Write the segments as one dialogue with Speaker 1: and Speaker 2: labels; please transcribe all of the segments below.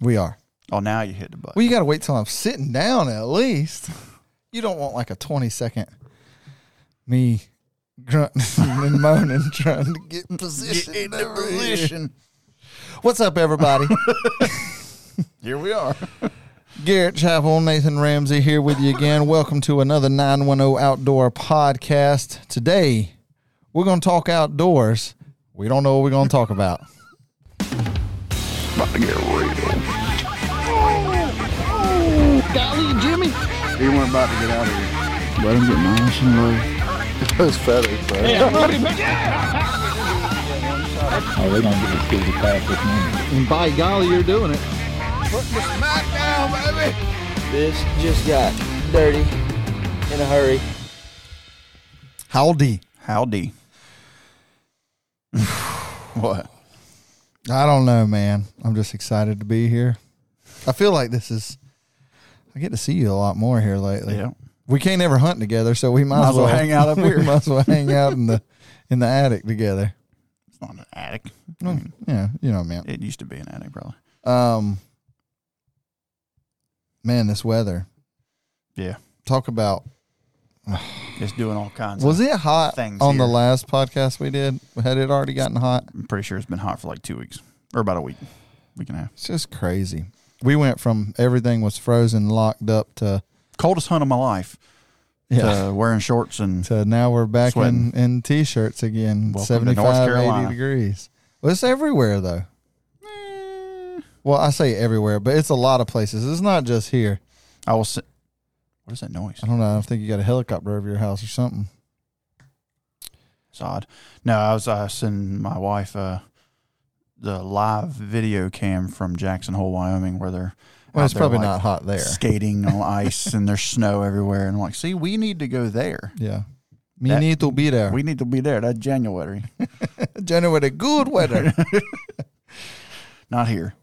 Speaker 1: We are.
Speaker 2: Oh, now you hit the button.
Speaker 1: Well, you got to wait till I'm sitting down at least. You don't want like a 20 second me grunting and moaning trying to get position.
Speaker 2: in the
Speaker 1: over here.
Speaker 2: position.
Speaker 1: What's up, everybody?
Speaker 2: Here we are.
Speaker 1: Garrett Chapel, Nathan Ramsey here with you again. Welcome to another 910 Outdoor Podcast. Today, we're going to talk outdoors. We don't know what we're going to talk about.
Speaker 2: About to get real.
Speaker 3: Golly, Jimmy.
Speaker 2: He went about to get out of here. Let him get nice and low. Those feathers, bro.
Speaker 4: Oh, they're gonna get through the pack this morning.
Speaker 3: And by golly, you're doing it.
Speaker 5: This just got dirty in a hurry.
Speaker 1: Howdy.
Speaker 2: Howdy. what?
Speaker 1: I don't know, man. I'm just excited to be here. I feel like this is. I get to see you a lot more here lately.
Speaker 2: Yeah.
Speaker 1: We can't ever hunt together, so we might,
Speaker 2: Might as well hang out up
Speaker 1: we
Speaker 2: here.
Speaker 1: might as well hang out in the in the attic together.
Speaker 2: It's not an attic. Mm.
Speaker 1: Yeah, you know, man.
Speaker 2: It used to be an attic, probably.
Speaker 1: Um, man, this weather.
Speaker 2: Yeah.
Speaker 1: Talk about.
Speaker 2: It's doing all kinds
Speaker 1: Was
Speaker 2: of
Speaker 1: it hot on
Speaker 2: things
Speaker 1: the
Speaker 2: here.
Speaker 1: last podcast we did? Had it already gotten hot?
Speaker 2: I'm pretty sure it's been hot for like two weeks or about a week, week and a half.
Speaker 1: It's just crazy. We went from everything was frozen, locked up to
Speaker 2: Coldest hunt of my life. To wearing shorts and
Speaker 1: So now we're back
Speaker 2: Sweating.
Speaker 1: in, in t-shirts again.
Speaker 2: Welcome to North
Speaker 1: 75, 80
Speaker 2: Carolina.
Speaker 1: degrees. Well, it's everywhere though. Well, I say everywhere, but it's a lot of places. It's not just here.
Speaker 2: I was. si- What is that noise?
Speaker 1: I don't know. I think you got a helicopter over your house or something.
Speaker 2: It's odd. No, I was uh, sending my wife uh, the live video cam from Jackson Hole, Wyoming, where they're
Speaker 1: Well,
Speaker 2: out
Speaker 1: it's
Speaker 2: there,
Speaker 1: probably
Speaker 2: like,
Speaker 1: not hot there.
Speaker 2: skating on ice and there's snow everywhere. And I'm like, see, we need to go there.
Speaker 1: Yeah. Me
Speaker 2: That-
Speaker 1: need to be there.
Speaker 2: We need to be there that January,
Speaker 1: January, good weather.
Speaker 2: not here.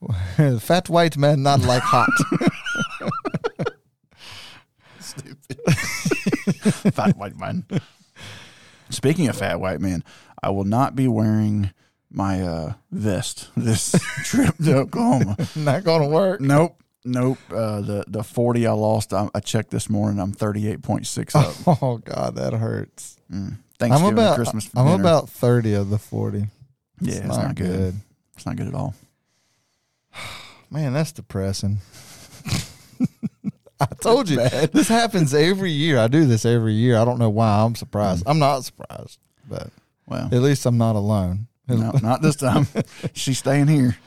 Speaker 1: Fat white man not like hot.
Speaker 2: fat white man. Speaking of fat white man, I will not be wearing my uh, vest this trip to Oklahoma.
Speaker 1: not gonna work.
Speaker 2: Nope. Nope. Uh, the the forty I lost, I, I checked this morning. I'm thirty eight point six up. Mm.
Speaker 1: Oh god, that hurts. Oh. I'm
Speaker 2: Thanksgiving, and
Speaker 1: about
Speaker 2: Christmas. for
Speaker 1: I'm
Speaker 2: dinner.
Speaker 1: about thirty of the forty.
Speaker 2: Yeah, it's not, good. It's not good at all.
Speaker 1: Man, that's depressing. I told you this happens every year. I do this every year. I don't know why. I'm surprised. I'm not surprised, but
Speaker 2: Well,
Speaker 1: at least I'm not alone.
Speaker 2: no, not this time. She's staying here.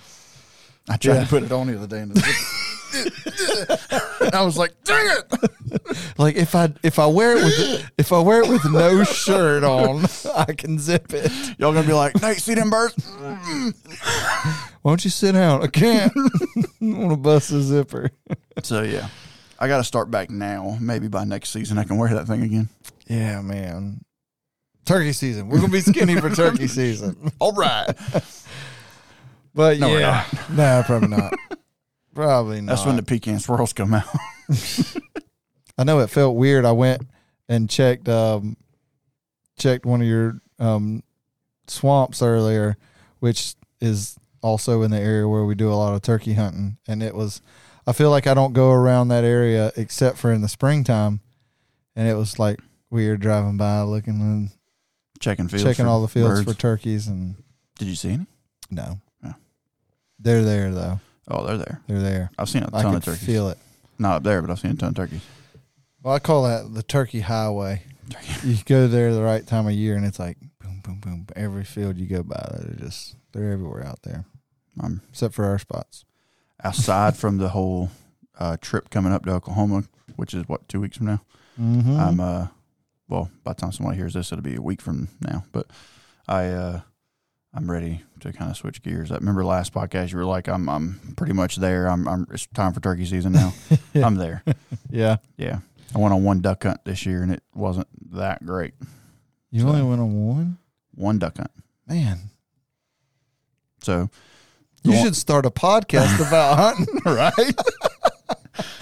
Speaker 2: I tried to put it on the other day, and I was like, "Dang it!"
Speaker 1: Like if I if I wear it with if I wear it with no shirt on, I can zip it.
Speaker 2: Y'all gonna be like, "Nate, see them birds?"
Speaker 1: Why don't you sit down? I can't. I'm gonna bust the zipper.
Speaker 2: So yeah, I got to start back now. Maybe by next season I can wear that thing again.
Speaker 1: Yeah, man. Turkey season. We're gonna be skinny for turkey season.
Speaker 2: All right,
Speaker 1: But
Speaker 2: No, we're
Speaker 1: yeah, no, probably not. probably not.
Speaker 2: that's when the pecan swirls come out.
Speaker 1: I know it felt weird. I went and checked um checked one of your um swamps earlier, which is also in the area where we do a lot of turkey hunting and it was I feel like I don't go around that area except for in the springtime and it was like weird driving by looking and
Speaker 2: Checking fields,
Speaker 1: checking
Speaker 2: for
Speaker 1: all the fields
Speaker 2: birds.
Speaker 1: for turkeys and
Speaker 2: Did you see any?
Speaker 1: no.
Speaker 2: Yeah.
Speaker 1: They're there though.
Speaker 2: Oh, they're there.
Speaker 1: They're there.
Speaker 2: I've seen a
Speaker 1: I
Speaker 2: ton
Speaker 1: can
Speaker 2: of turkeys.
Speaker 1: feel it.
Speaker 2: Not up there, but I've seen a ton of turkeys.
Speaker 1: Well, I call that the turkey highway. You go there the right time of year, and it's like boom, boom, boom. Every field you go by, they're just they're everywhere out there,
Speaker 2: I'm
Speaker 1: except for our spots.
Speaker 2: outside from the whole uh, trip coming up to Oklahoma, which is what two weeks from now.
Speaker 1: Mm-hmm.
Speaker 2: I'm uh, well, by the time somebody hears this, it'll be a week from now. But I uh, I'm ready to kind of switch gears. I remember last podcast you were like, I'm I'm pretty much there. I'm I'm it's time for turkey season now. I'm there.
Speaker 1: yeah,
Speaker 2: Yeah, I went on one duck hunt this year, and it wasn't that great.
Speaker 1: you only went on one,
Speaker 2: One duck hunt.
Speaker 1: man.
Speaker 2: So
Speaker 1: You
Speaker 2: Go on.
Speaker 1: should start a podcast about hunting.
Speaker 2: right.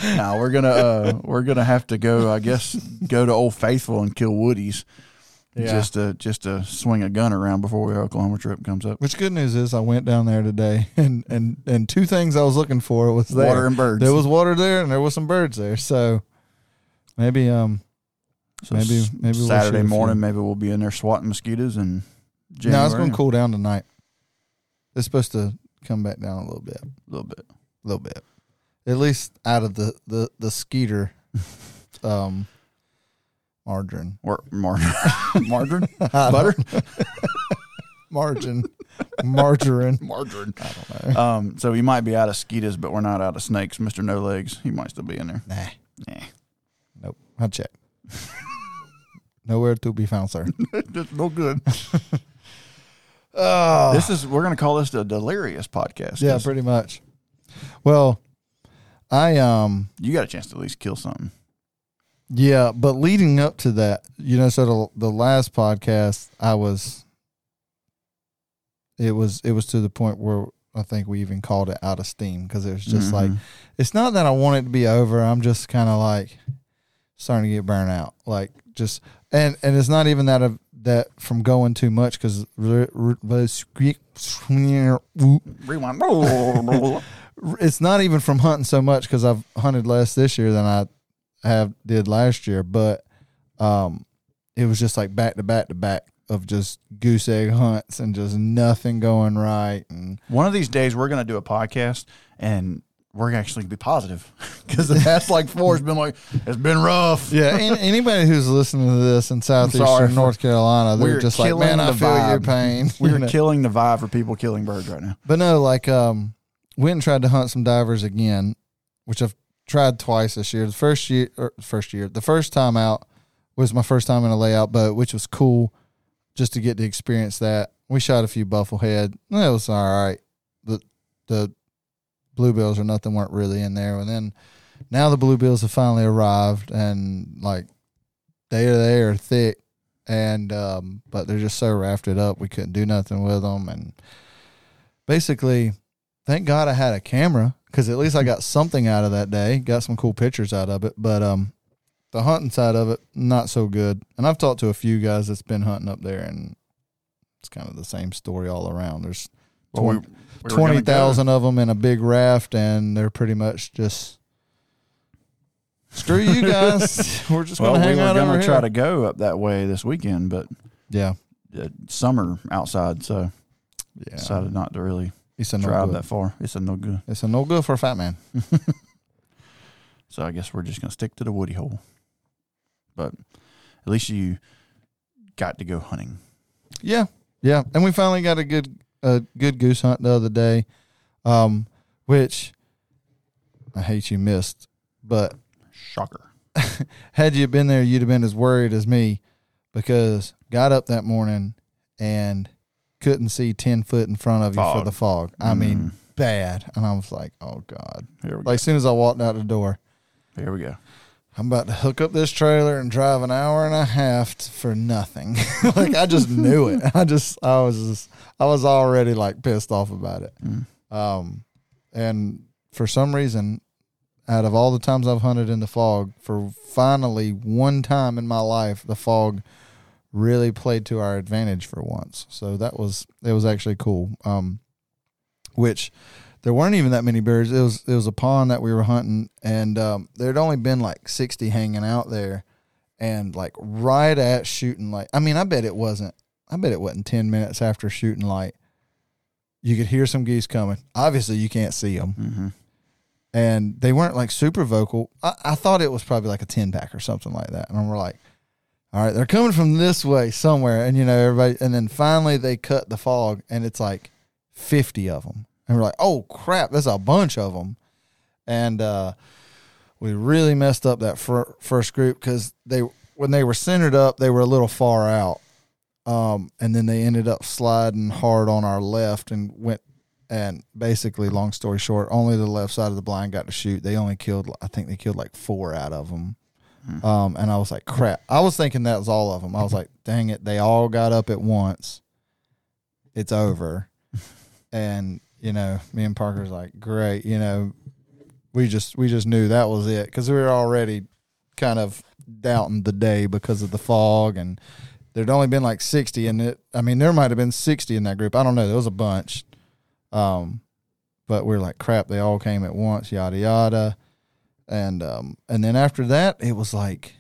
Speaker 2: now we're gonna uh, we're gonna have to go. I guess go to Old Faithful and kill woodies.
Speaker 1: Yeah.
Speaker 2: just to just to swing a gun around before our Oklahoma trip comes up.
Speaker 1: Which good news is I went down there today and and and two things I was looking for was there.
Speaker 2: Water and birds.
Speaker 1: There was water there and there was some birds there. So maybe um
Speaker 2: so
Speaker 1: maybe-
Speaker 2: s-
Speaker 1: maybe we'll shoot
Speaker 2: Saturday
Speaker 1: a few.
Speaker 2: morning, maybe we'll be in there swatting mosquitoes and. January.
Speaker 1: no, it's going to cool down tonight. It's supposed to come back down a little bit, a
Speaker 2: a little bit.
Speaker 1: little bit, at least out of the the the skeeter, um, margarine,
Speaker 2: Or mar- margarine,
Speaker 1: butter, margin, margarine.
Speaker 2: margarine. I don't know. Um, so we might be out of skeeters, but we're not out of snakes. Mister No Legs, he might still be in there.
Speaker 1: Nah,
Speaker 2: Nah.
Speaker 1: nope. I check. Nowhere to be found, sir.
Speaker 2: That's no good.
Speaker 1: Oh,
Speaker 2: This is we're gonna call this the delirious podcast.
Speaker 1: yeah,
Speaker 2: 'cause
Speaker 1: pretty much. Well, I um.
Speaker 2: you got a chance to at least kill something.
Speaker 1: Yeah, but leading up to that, you know, so the, the last podcast I was it was it was to the point where I think we even called it out of steam because it was just like
Speaker 2: Mhm.
Speaker 1: it's not that I want it to be over. I'm just kind of like starting to get burnt out. Like just and and it's not even that of that from going too much because
Speaker 2: rewind.
Speaker 1: it's not even from hunting so much because I've hunted less this year than I have did last year, but um, it was just like back to back to back of just goose egg hunts and just nothing going right. And
Speaker 2: One of these days, we're gonna do a podcast and. We're actually gonna be positive because the past like four has been like it's been rough.
Speaker 1: yeah, an- anybody who's listening to this in
Speaker 2: sorry
Speaker 1: southeastern
Speaker 2: for-
Speaker 1: North Carolina, they're
Speaker 2: We're
Speaker 1: just like,
Speaker 2: killing
Speaker 1: man, I
Speaker 2: the
Speaker 1: feel your
Speaker 2: vibe.
Speaker 1: pain.
Speaker 2: We're
Speaker 1: You know?
Speaker 2: killing the vibe for people killing birds right now.
Speaker 1: But no, like um, went and tried to hunt some divers again, which I've tried twice this year. The first year, or first year, the first time out was my first time in a layout boat, which was cool, just to get to experience that. We shot a few bufflehead. and It was all right. The the bluebills or nothing weren't really in there, and then now the bluebills have finally arrived, and like they are they are thick, and um, but they're just so rafted up, we couldn't do nothing with them, and basically, thank God I had a camera because at least I got something out of that day. Got some cool pictures out of it, but um, the hunting side of it not so good. And I've talked to a few guys that's been hunting up there, and it's kind of the same story all around. There's
Speaker 2: Well, we-
Speaker 1: twen-
Speaker 2: we were gonna
Speaker 1: twenty
Speaker 2: go.
Speaker 1: thousand of them in a big raft, and they're pretty much just. Screw you guys. We're just
Speaker 2: Well,
Speaker 1: going to
Speaker 2: we
Speaker 1: hang
Speaker 2: were
Speaker 1: out
Speaker 2: gonna
Speaker 1: over
Speaker 2: try
Speaker 1: here.
Speaker 2: to go up that way this weekend, but
Speaker 1: yeah.
Speaker 2: uh, summer outside, so
Speaker 1: Yeah.
Speaker 2: decided not to really
Speaker 1: it's a no
Speaker 2: drive
Speaker 1: good.
Speaker 2: that far. It's a no good.
Speaker 1: It's a no good for a fat man.
Speaker 2: So I guess we're just gonna stick to the woody hole. But at least you got to go hunting.
Speaker 1: Yeah, yeah, and we finally got a good a good goose hunt the other day, um, which I hate you missed, but
Speaker 2: Shocker.
Speaker 1: had you been there, you'd have been as worried as me because got up that morning and couldn't see ten foot in front of you for
Speaker 2: Fog.
Speaker 1: the fog. I
Speaker 2: Mm.
Speaker 1: mean, bad, and I was like, oh god.
Speaker 2: Mm-hmm. Here we
Speaker 1: Like as soon as I walked out the door,
Speaker 2: go. Here we go.
Speaker 1: I'm about to hook up this trailer and drive an hour and a half t- for nothing. like I just knew it. I just I was just I was already like pissed off about it.
Speaker 2: Mm.
Speaker 1: Um and for some reason out of all the times I've hunted in the fog, for finally one time in my life the fog really played to our advantage for once. So that was it was actually cool. Um which there weren't even that many birds. It was it was a pond that we were hunting, and um, there'd only been like sixty hanging out there, and like right at shooting light. I mean, I bet it wasn't. I bet it wasn't ten minutes after shooting light. You could hear some geese coming. Obviously, you can't see them,
Speaker 2: Mm-hmm.
Speaker 1: and they weren't like super vocal. I, I thought it was probably like a ten pack or something like that, and we're like. All right, they're coming from this way somewhere, and you know everybody. And then finally, they cut the fog, and it's like fifty of them, and we're like, "Oh crap, that's a bunch of them," and uh, we really messed up that fir- first group because they when they were centered up, they were a little far out, um, and then they ended up sliding hard on our left and went. And basically, long story short, only the left side of the blind got to shoot. They only killed, I think they killed like four out of them. Um, and I was like, crap. I was thinking that was all of them. I was like, dang it, they all got up at once. It's over. and you know, me and Parker's like, great. You know, we just we just knew that was it because we were already kind of doubting the day because of the fog and there'd only been like 60 in it. I mean, there might have been 60 in that group. I don't know. There was a bunch. Um, but we are like, crap, they all came at once, yada, yada. And, um, and then after that, it was like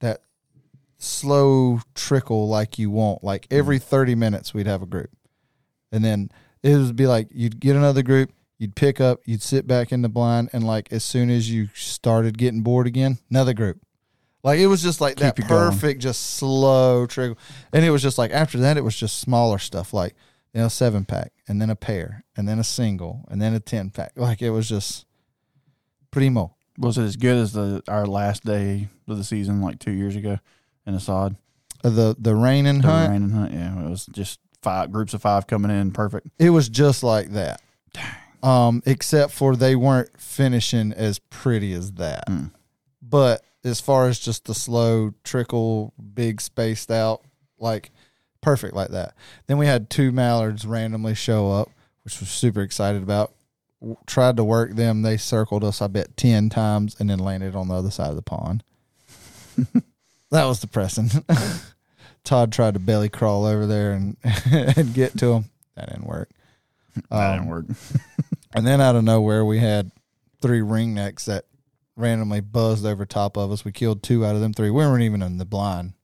Speaker 1: that slow trickle like you want. Like
Speaker 2: Mm.
Speaker 1: every 30 minutes, we'd have a group. And then it would be like, you'd get another group, you'd pick up, you'd sit back in the blind. And like, as soon as you started getting bored again, another group. Like it was just like that
Speaker 2: it going.
Speaker 1: perfect, just slow trickle. And it was just like after that, it was just smaller stuff like you know seven pack, and then a pair, and then a single, and then a ten pack. Like it was just primo.
Speaker 2: Was it as good as the our last day of the season, like two years ago, in Assad?
Speaker 1: Uh, The the rain and
Speaker 2: The
Speaker 1: hunt,
Speaker 2: rain and hunt. Yeah, it was just five groups of five coming in, perfect.
Speaker 1: it was just like that. Um, except for they weren't finishing as pretty as that.
Speaker 2: Mm.
Speaker 1: But as far as just the slow trickle, big spaced out, like perfect like that. Then we had two mallards randomly show up, which was super excited about. W- Tried to work them. They circled us, I bet, 10 times and then landed on the other side of the pond. that was depressing. Todd tried to belly crawl over there and, and get to them. That didn't work.
Speaker 2: That
Speaker 1: Um,
Speaker 2: didn't work.
Speaker 1: and then out of nowhere, we had three ringnecks that randomly buzzed over top of us. We killed two out of them three. We weren't even in the blind.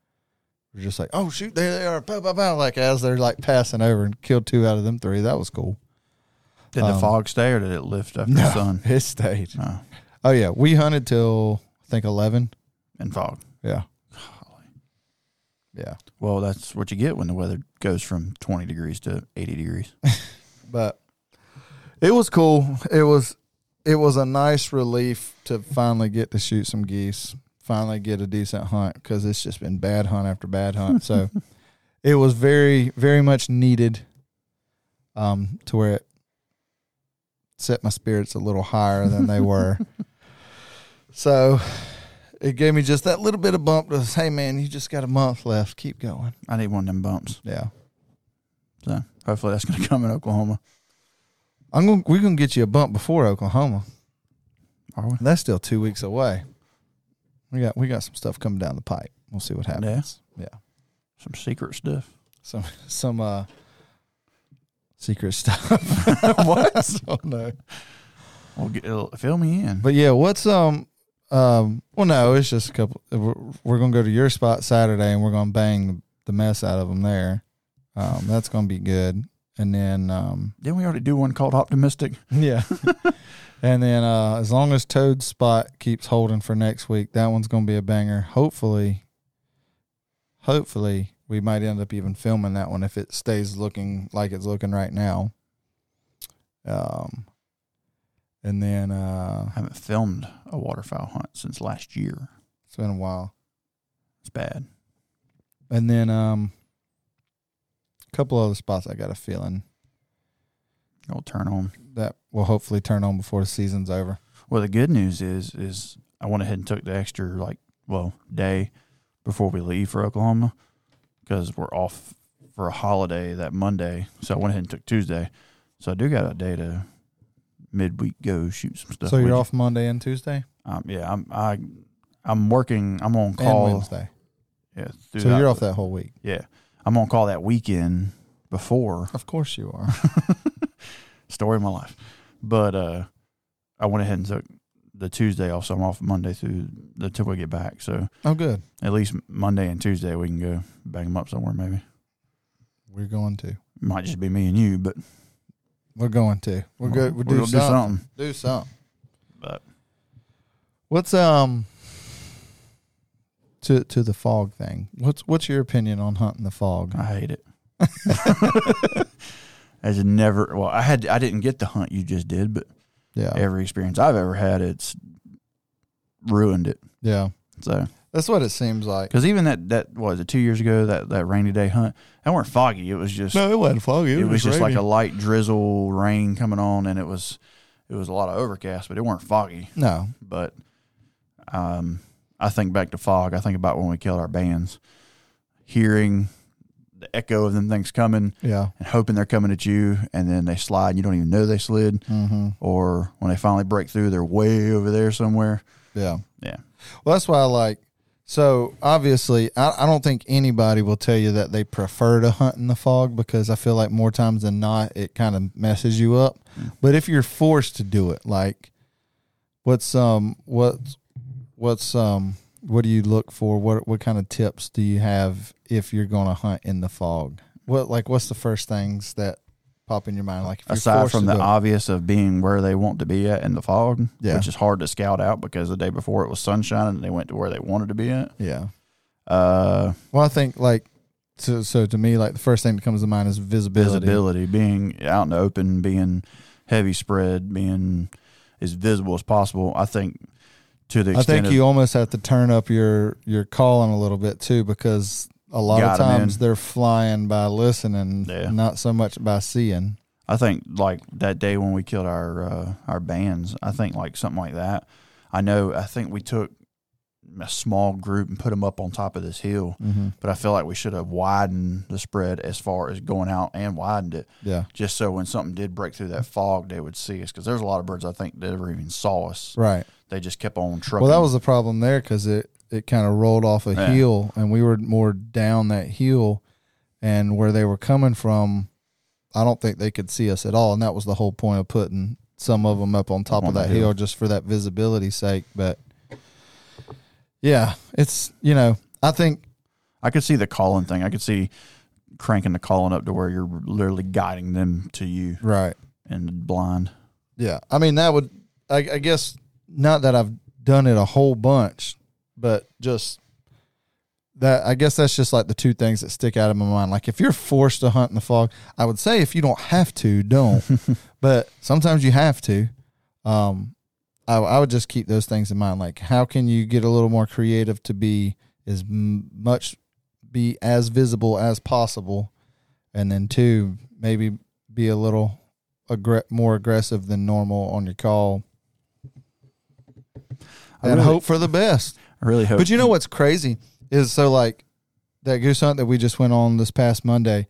Speaker 1: We are just like, oh shoot, there they are, pow, pow, pow. Like as they're like passing over and killed two out of them three. That was cool.
Speaker 2: Did the
Speaker 1: um,
Speaker 2: fog stay or did it lift after the sun?
Speaker 1: it stayed.
Speaker 2: No,
Speaker 1: Oh yeah, we hunted till I think eleven.
Speaker 2: in fog.
Speaker 1: Yeah, yeah.
Speaker 2: Well, that's what you get when the weather goes from 20 degrees to 80 degrees.
Speaker 1: but it was cool. It was it was a nice relief to finally get to shoot some geese, finally get a decent hunt because it's just been bad hunt after bad hunt. So it was very very much needed, um, to where it set my spirits a little higher than they were. so it gave me just that little bit of bump to hey man, you just got a month left, keep going.
Speaker 2: I need one of them bumps.
Speaker 1: Yeah.
Speaker 2: So hopefully that's going to come in Oklahoma.
Speaker 1: I'm gonna we're gonna get you a bump before Oklahoma.
Speaker 2: Are we?
Speaker 1: That's still two weeks away. We got we got some stuff coming down the pipe. We'll see what happens. Yeah.
Speaker 2: Some secret stuff.
Speaker 1: Some some uh secret stuff. what? I don't know.
Speaker 2: Well, get, it'll fill me in.
Speaker 1: But yeah, what's um um well no, it's just a couple uh, we're, we're going to go to your spot Saturday and we're going to bang the mess out of them there. Um that's going to be good. And then um
Speaker 2: Didn't we already do one called Optimistic?
Speaker 1: yeah. and then uh as long as Toad's spot keeps holding for next week, that one's going to be a banger. Hopefully hopefully we might end up even filming that one if it stays looking like it's looking right now. Um and then uh
Speaker 2: I haven't filmed a waterfowl hunt since last year.
Speaker 1: it's been a while.
Speaker 2: It's bad.
Speaker 1: And then um a couple other spots I got a feeling
Speaker 2: It'll turn on.
Speaker 1: that will hopefully turn on before the season's over.
Speaker 2: Well, the good news is, is I went ahead and took the extra like well day before we leave for Oklahoma because we're off for a holiday that Monday. So I went ahead and took Tuesday. So I do got a day to midweek go shoot some stuff.
Speaker 1: so
Speaker 2: with
Speaker 1: you're
Speaker 2: you.
Speaker 1: off Monday and Tuesday
Speaker 2: Um, yeah, I'm I, I'm working. I'm on
Speaker 1: and
Speaker 2: call.
Speaker 1: Wednesday.
Speaker 2: Yeah,
Speaker 1: So
Speaker 2: throughout-
Speaker 1: you're off that whole week.
Speaker 2: Yeah, I'm on call that weekend before
Speaker 1: Of course you are.
Speaker 2: story of my life. But uh, I went ahead and took the Tuesday off, so I'm off Monday through the till we get back. So
Speaker 1: oh good.
Speaker 2: at least Monday and Tuesday we can go bang them up somewhere. Maybe
Speaker 1: We're going to.
Speaker 2: might just be me and you, but
Speaker 1: We're going to. We're
Speaker 2: we'll-
Speaker 1: good. We'll, do,
Speaker 2: we'll
Speaker 1: something.
Speaker 2: something.
Speaker 1: Do something.
Speaker 2: But
Speaker 1: What's um to to the fog thing? What's what's your opinion on hunting the fog?
Speaker 2: I hate it. As never well, I had I didn't get the hunt you just did, but
Speaker 1: Yeah,
Speaker 2: every experience I've ever had, it's ruined it.
Speaker 1: yeah.
Speaker 2: So,
Speaker 1: That's what it seems like.
Speaker 2: because even that that what, was it two years ago that that rainy day hunt, that weren't foggy. It was just
Speaker 1: it wasn't foggy.
Speaker 2: it, was, just like a light drizzle rain coming on, and it was it was a lot of overcast, but it weren't foggy.
Speaker 1: a no.
Speaker 2: But um, I think back to fog. I think about when we killed our bands, hearing the echo of them things coming
Speaker 1: Yeah.
Speaker 2: and hoping they're coming at you, and then they slide and you don't even know they slid.
Speaker 1: Mm-hmm.
Speaker 2: Or when they finally break through, they're way over there somewhere.
Speaker 1: Yeah.
Speaker 2: Yeah.
Speaker 1: Well, that's why I like So obviously, I, I don't think anybody will tell you that they prefer to hunt in the fog because I feel like more times than not, it kind of messes you up.
Speaker 2: Mm.
Speaker 1: But if you're forced to do it, like what's um what what's um what do you look for? What what kind of tips do you have if you're going to hunt in the fog? What like what's the first things that pop in your mind? Like if you're
Speaker 2: aside
Speaker 1: forced
Speaker 2: from
Speaker 1: to
Speaker 2: the
Speaker 1: do it?
Speaker 2: obvious of being where they want to be at in the fog,
Speaker 1: Yeah.
Speaker 2: which is hard to scout out because the day before it was sunshine and they went to where they wanted to be at.
Speaker 1: yeah.
Speaker 2: Uh,
Speaker 1: Well, I think like so. So to me, like the first thing that comes to mind is visibility.
Speaker 2: visibility, being out in the open, being heavy spread, being as visible as possible. I think to the
Speaker 1: I
Speaker 2: extent
Speaker 1: think
Speaker 2: of-
Speaker 1: you almost have to turn up your your calling a little bit too because a lot of
Speaker 2: Got 'em,
Speaker 1: times
Speaker 2: man.
Speaker 1: they're flying by listening,
Speaker 2: Yeah.
Speaker 1: not so much by seeing.
Speaker 2: I think like that day when we killed our uh, our bands, I think like something like that. I know. I think we took a small group and put them up on top of this hill,
Speaker 1: Mm-hmm.
Speaker 2: but I feel like we should have widened the spread as far as going out and widened it,
Speaker 1: Yeah,
Speaker 2: just so when something did break through that fog, they would see us. Because there's a lot of birds I think that never even saw us.
Speaker 1: right.
Speaker 2: They just kept on trucking.
Speaker 1: Well, that was the problem there because it it kind of rolled off a
Speaker 2: Yeah.
Speaker 1: hill, and we were more down that hill, and where they were coming from, I don't think they could see us at all, and that was the whole point of putting some of them up on top
Speaker 2: on
Speaker 1: of
Speaker 2: the
Speaker 1: that
Speaker 2: hill.
Speaker 1: hill just for that visibility sake. But yeah, it's you know I think
Speaker 2: I could see the calling thing. I could see cranking the calling up to where you're literally guiding them to you
Speaker 1: right.
Speaker 2: and blind.
Speaker 1: Yeah, I mean that would, I, I guess, not that I've done it a whole bunch, but just that I guess that's just like the two things that stick out in my mind. Like if you're forced to hunt in the fog, I would say if you don't have to, don't. but sometimes you have to. Um, I, I would just keep those things in mind. Like how can you get a little more creative to be as m- much be as visible as possible, and then two maybe be a little aggr- more aggressive than normal on your call
Speaker 2: I
Speaker 1: and
Speaker 2: really-
Speaker 1: hope for the best.
Speaker 2: I really hope.
Speaker 1: But you know what's crazy is so like that goose hunt that we just went on this past Monday.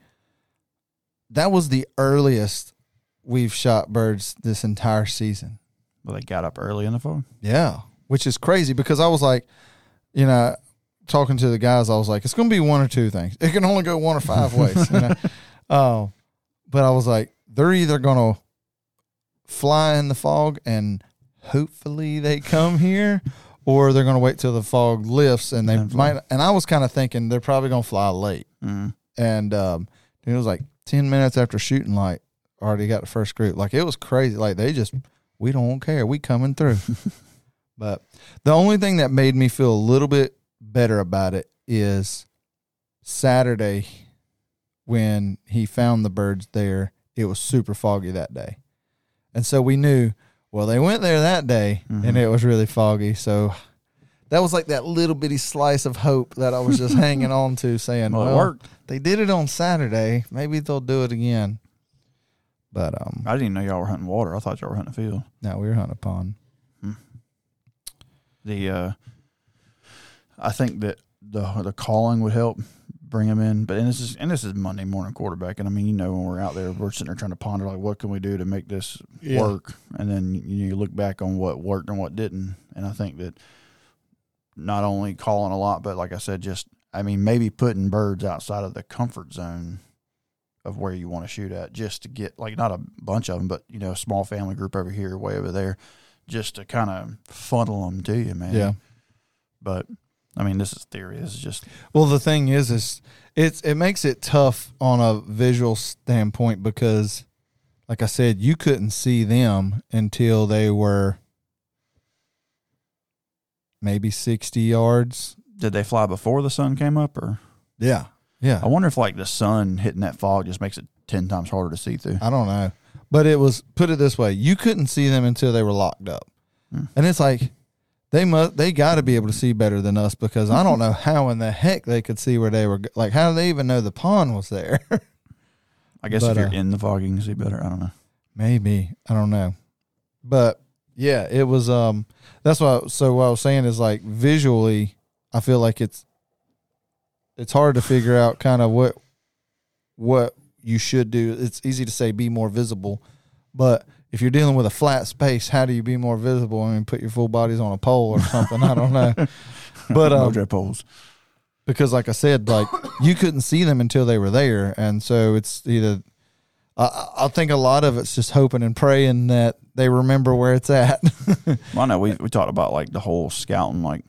Speaker 1: That was the earliest we've shot birds this entire season.
Speaker 2: they got up early in the fog.
Speaker 1: Yeah, which is crazy because I was like, you know, talking to the guys, I was like, it's going to be one or two things. It can only go one or five ways. You know? Oh, but I was like, they're either going to fly in the fog and hopefully they come here, or they're going to wait till the fog lifts and they
Speaker 2: And fly.
Speaker 1: might. And I was kind of thinking they're probably going to fly late.
Speaker 2: Mm.
Speaker 1: And um, it was like ten minutes after shooting light, already got the first group. Like it was crazy. Like they just, we don't care. We coming through. But the only thing that made me feel a little bit better about it is Saturday when he found the birds there, it was super foggy that day. And so we knew, well, they went there that day
Speaker 2: Mm-hmm.
Speaker 1: and it was really foggy. So that was like that little bitty slice of hope that I was just hanging on to saying,
Speaker 2: Well, it
Speaker 1: well,
Speaker 2: worked.
Speaker 1: they did it on Saturday. Maybe they'll do it again. But um,
Speaker 2: I didn't even know y'all were hunting water. I thought y'all were hunting field.
Speaker 1: now we were hunting a pond.
Speaker 2: The uh, I think that the the calling would help bring them in. But and this is and this is Monday morning quarterback. And I mean, you know, when we're out there, we're sitting there trying to ponder like, what can we do to make this
Speaker 1: Yeah.
Speaker 2: work? And then you, you look back on what worked and what didn't. And I think that not only calling a lot, but like I said, just I mean, maybe putting birds outside of the comfort zone of where you want to shoot at, just to get like not a bunch of them, but you know, a small family group over here, way over there, just to kind of funnel them to you, man.
Speaker 1: Yeah.
Speaker 2: But I mean, this is theory. This is just
Speaker 1: Well, the thing is, is it's it makes it tough on a visual standpoint because, like I said, you couldn't see them until they were maybe sixty yards.
Speaker 2: did they fly before the sun came up, or
Speaker 1: Yeah, yeah.
Speaker 2: I wonder if like the sun hitting that fog just makes it ten times harder to see through.
Speaker 1: I don't know. But it was put it this way, you couldn't see them until they were locked up. And it's like they must they got to be able to see better than us because I don't know how in the heck they could see where they were go- like how do they even know the pond was there?
Speaker 2: I guess
Speaker 1: But,
Speaker 2: if you're
Speaker 1: uh,
Speaker 2: in the fog, you can see better. I don't know.
Speaker 1: Maybe. I don't know. But yeah, it was um that's why so what I was saying is like visually I feel like it's it's hard to figure out kind of what what you should do. It's easy to say be more visible, but if you're dealing with a flat space, how do you be more visible? I mean, put your full bodies on a pole or something. I don't know. But um,
Speaker 2: Mojo poles.
Speaker 1: because like I said, like you couldn't see them until they were there, and so it's either I- I, I think a lot of it's just hoping and praying that they remember where it's at.
Speaker 2: Well, I know we we talked about like the whole scouting. Like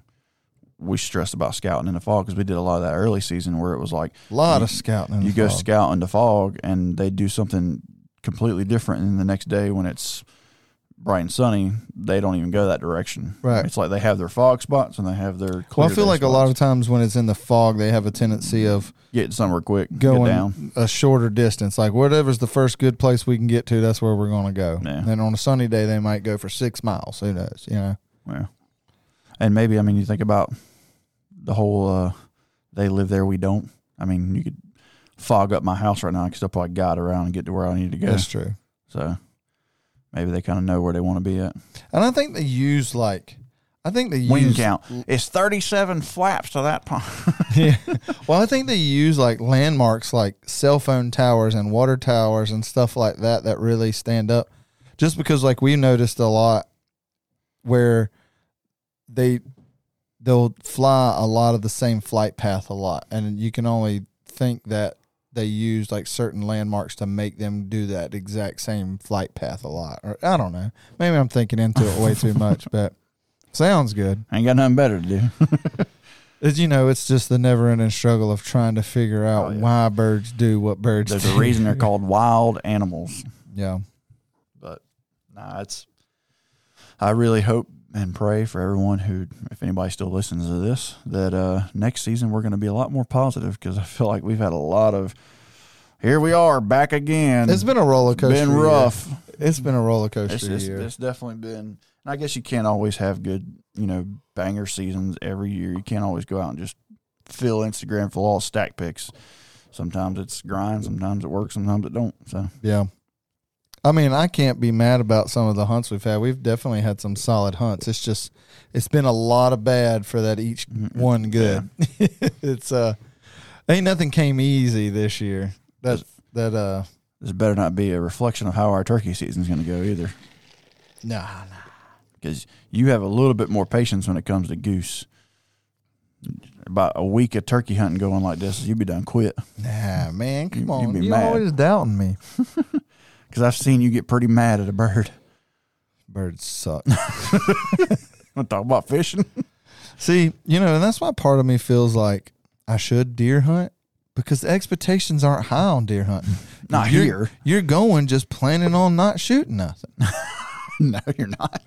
Speaker 2: we stressed about scouting in the fall because we did a lot of that early season where it was like
Speaker 1: a lot of scouting. in
Speaker 2: you
Speaker 1: the
Speaker 2: go
Speaker 1: fog.
Speaker 2: scout in the fog and they do something completely different and the next day when it's bright and sunny they don't even go that direction
Speaker 1: Right.
Speaker 2: it's like they have their fog spots and they have their clear
Speaker 1: Well, I feel
Speaker 2: day
Speaker 1: like a
Speaker 2: spots.
Speaker 1: lot of times when it's in the fog, they have a tendency of
Speaker 2: get somewhere quick get down
Speaker 1: going a shorter distance. Like whatever's the first good place we can get to, that's where we're going to go.
Speaker 2: Yeah.
Speaker 1: And Then on a sunny day, they might go for six miles. Who knows? You know,
Speaker 2: yeah and maybe i mean you think about the whole uh they live there we don't i mean you could fog up my house right now i could still probably guide around and get to where i need to go
Speaker 1: that's true.
Speaker 2: so maybe they kind of know where they want to be at
Speaker 1: And I think they use like I think they
Speaker 2: wing
Speaker 1: use
Speaker 2: count it's 37 flaps to that pond
Speaker 1: yeah. Well, I think they use like landmarks like cell phone towers and water towers and stuff like that that really stand up. Just because like we noticed a lot where they they'll fly a lot of the same flight path a lot and you can only think that they use like certain landmarks to make them do that exact same flight path a lot or I don't know. Maybe I'm thinking into it way too much, but sounds good.
Speaker 2: ain't got nothing better to do
Speaker 1: As you know, it's just the never-ending struggle of trying to figure out
Speaker 2: Oh, yeah.
Speaker 1: why birds do what birds
Speaker 2: There's
Speaker 1: do.
Speaker 2: a reason they're called wild animals.
Speaker 1: Yeah,
Speaker 2: But nah, it's. I really hope and pray for everyone who, if anybody still listens to this, that uh, next season we're going to be a lot more positive because I feel like we've had a lot of. Here we are back again.
Speaker 1: it's been a roller coaster.
Speaker 2: been
Speaker 1: year.
Speaker 2: rough.
Speaker 1: It's been a roller coaster
Speaker 2: It's, it's,
Speaker 1: year.
Speaker 2: it's definitely been. And I guess you can't always have good, you know, banger seasons every year. You can't always go out and just fill Instagram full of all stack picks. Sometimes it's grind. Sometimes it works. Sometimes it don't. So
Speaker 1: yeah, I mean, I can't be mad about some of the hunts we've had. We've definitely had some solid hunts. It's just, it's been a lot of bad for that each one good. it's uh, ain't nothing came easy this year. That that uh,
Speaker 2: This better not be a reflection of how our turkey season's going to go either,
Speaker 1: nah, nah.
Speaker 2: because you have a little bit more patience when it comes to goose. About a week of turkey hunting going like this, you'd be done quit.
Speaker 1: Nah, man, come
Speaker 2: You-
Speaker 1: on.
Speaker 2: you be
Speaker 1: you
Speaker 2: mad.
Speaker 1: always doubting me.
Speaker 2: Because I've seen you get pretty mad at a bird.
Speaker 1: Birds suck.
Speaker 2: I'm talking about fishing.
Speaker 1: See, you know, and that's why part of me feels like I should deer hunt because the expectations aren't high on deer hunting.
Speaker 2: Not
Speaker 1: you're,
Speaker 2: here.
Speaker 1: You're going just planning on not shooting nothing.
Speaker 2: no, you're not.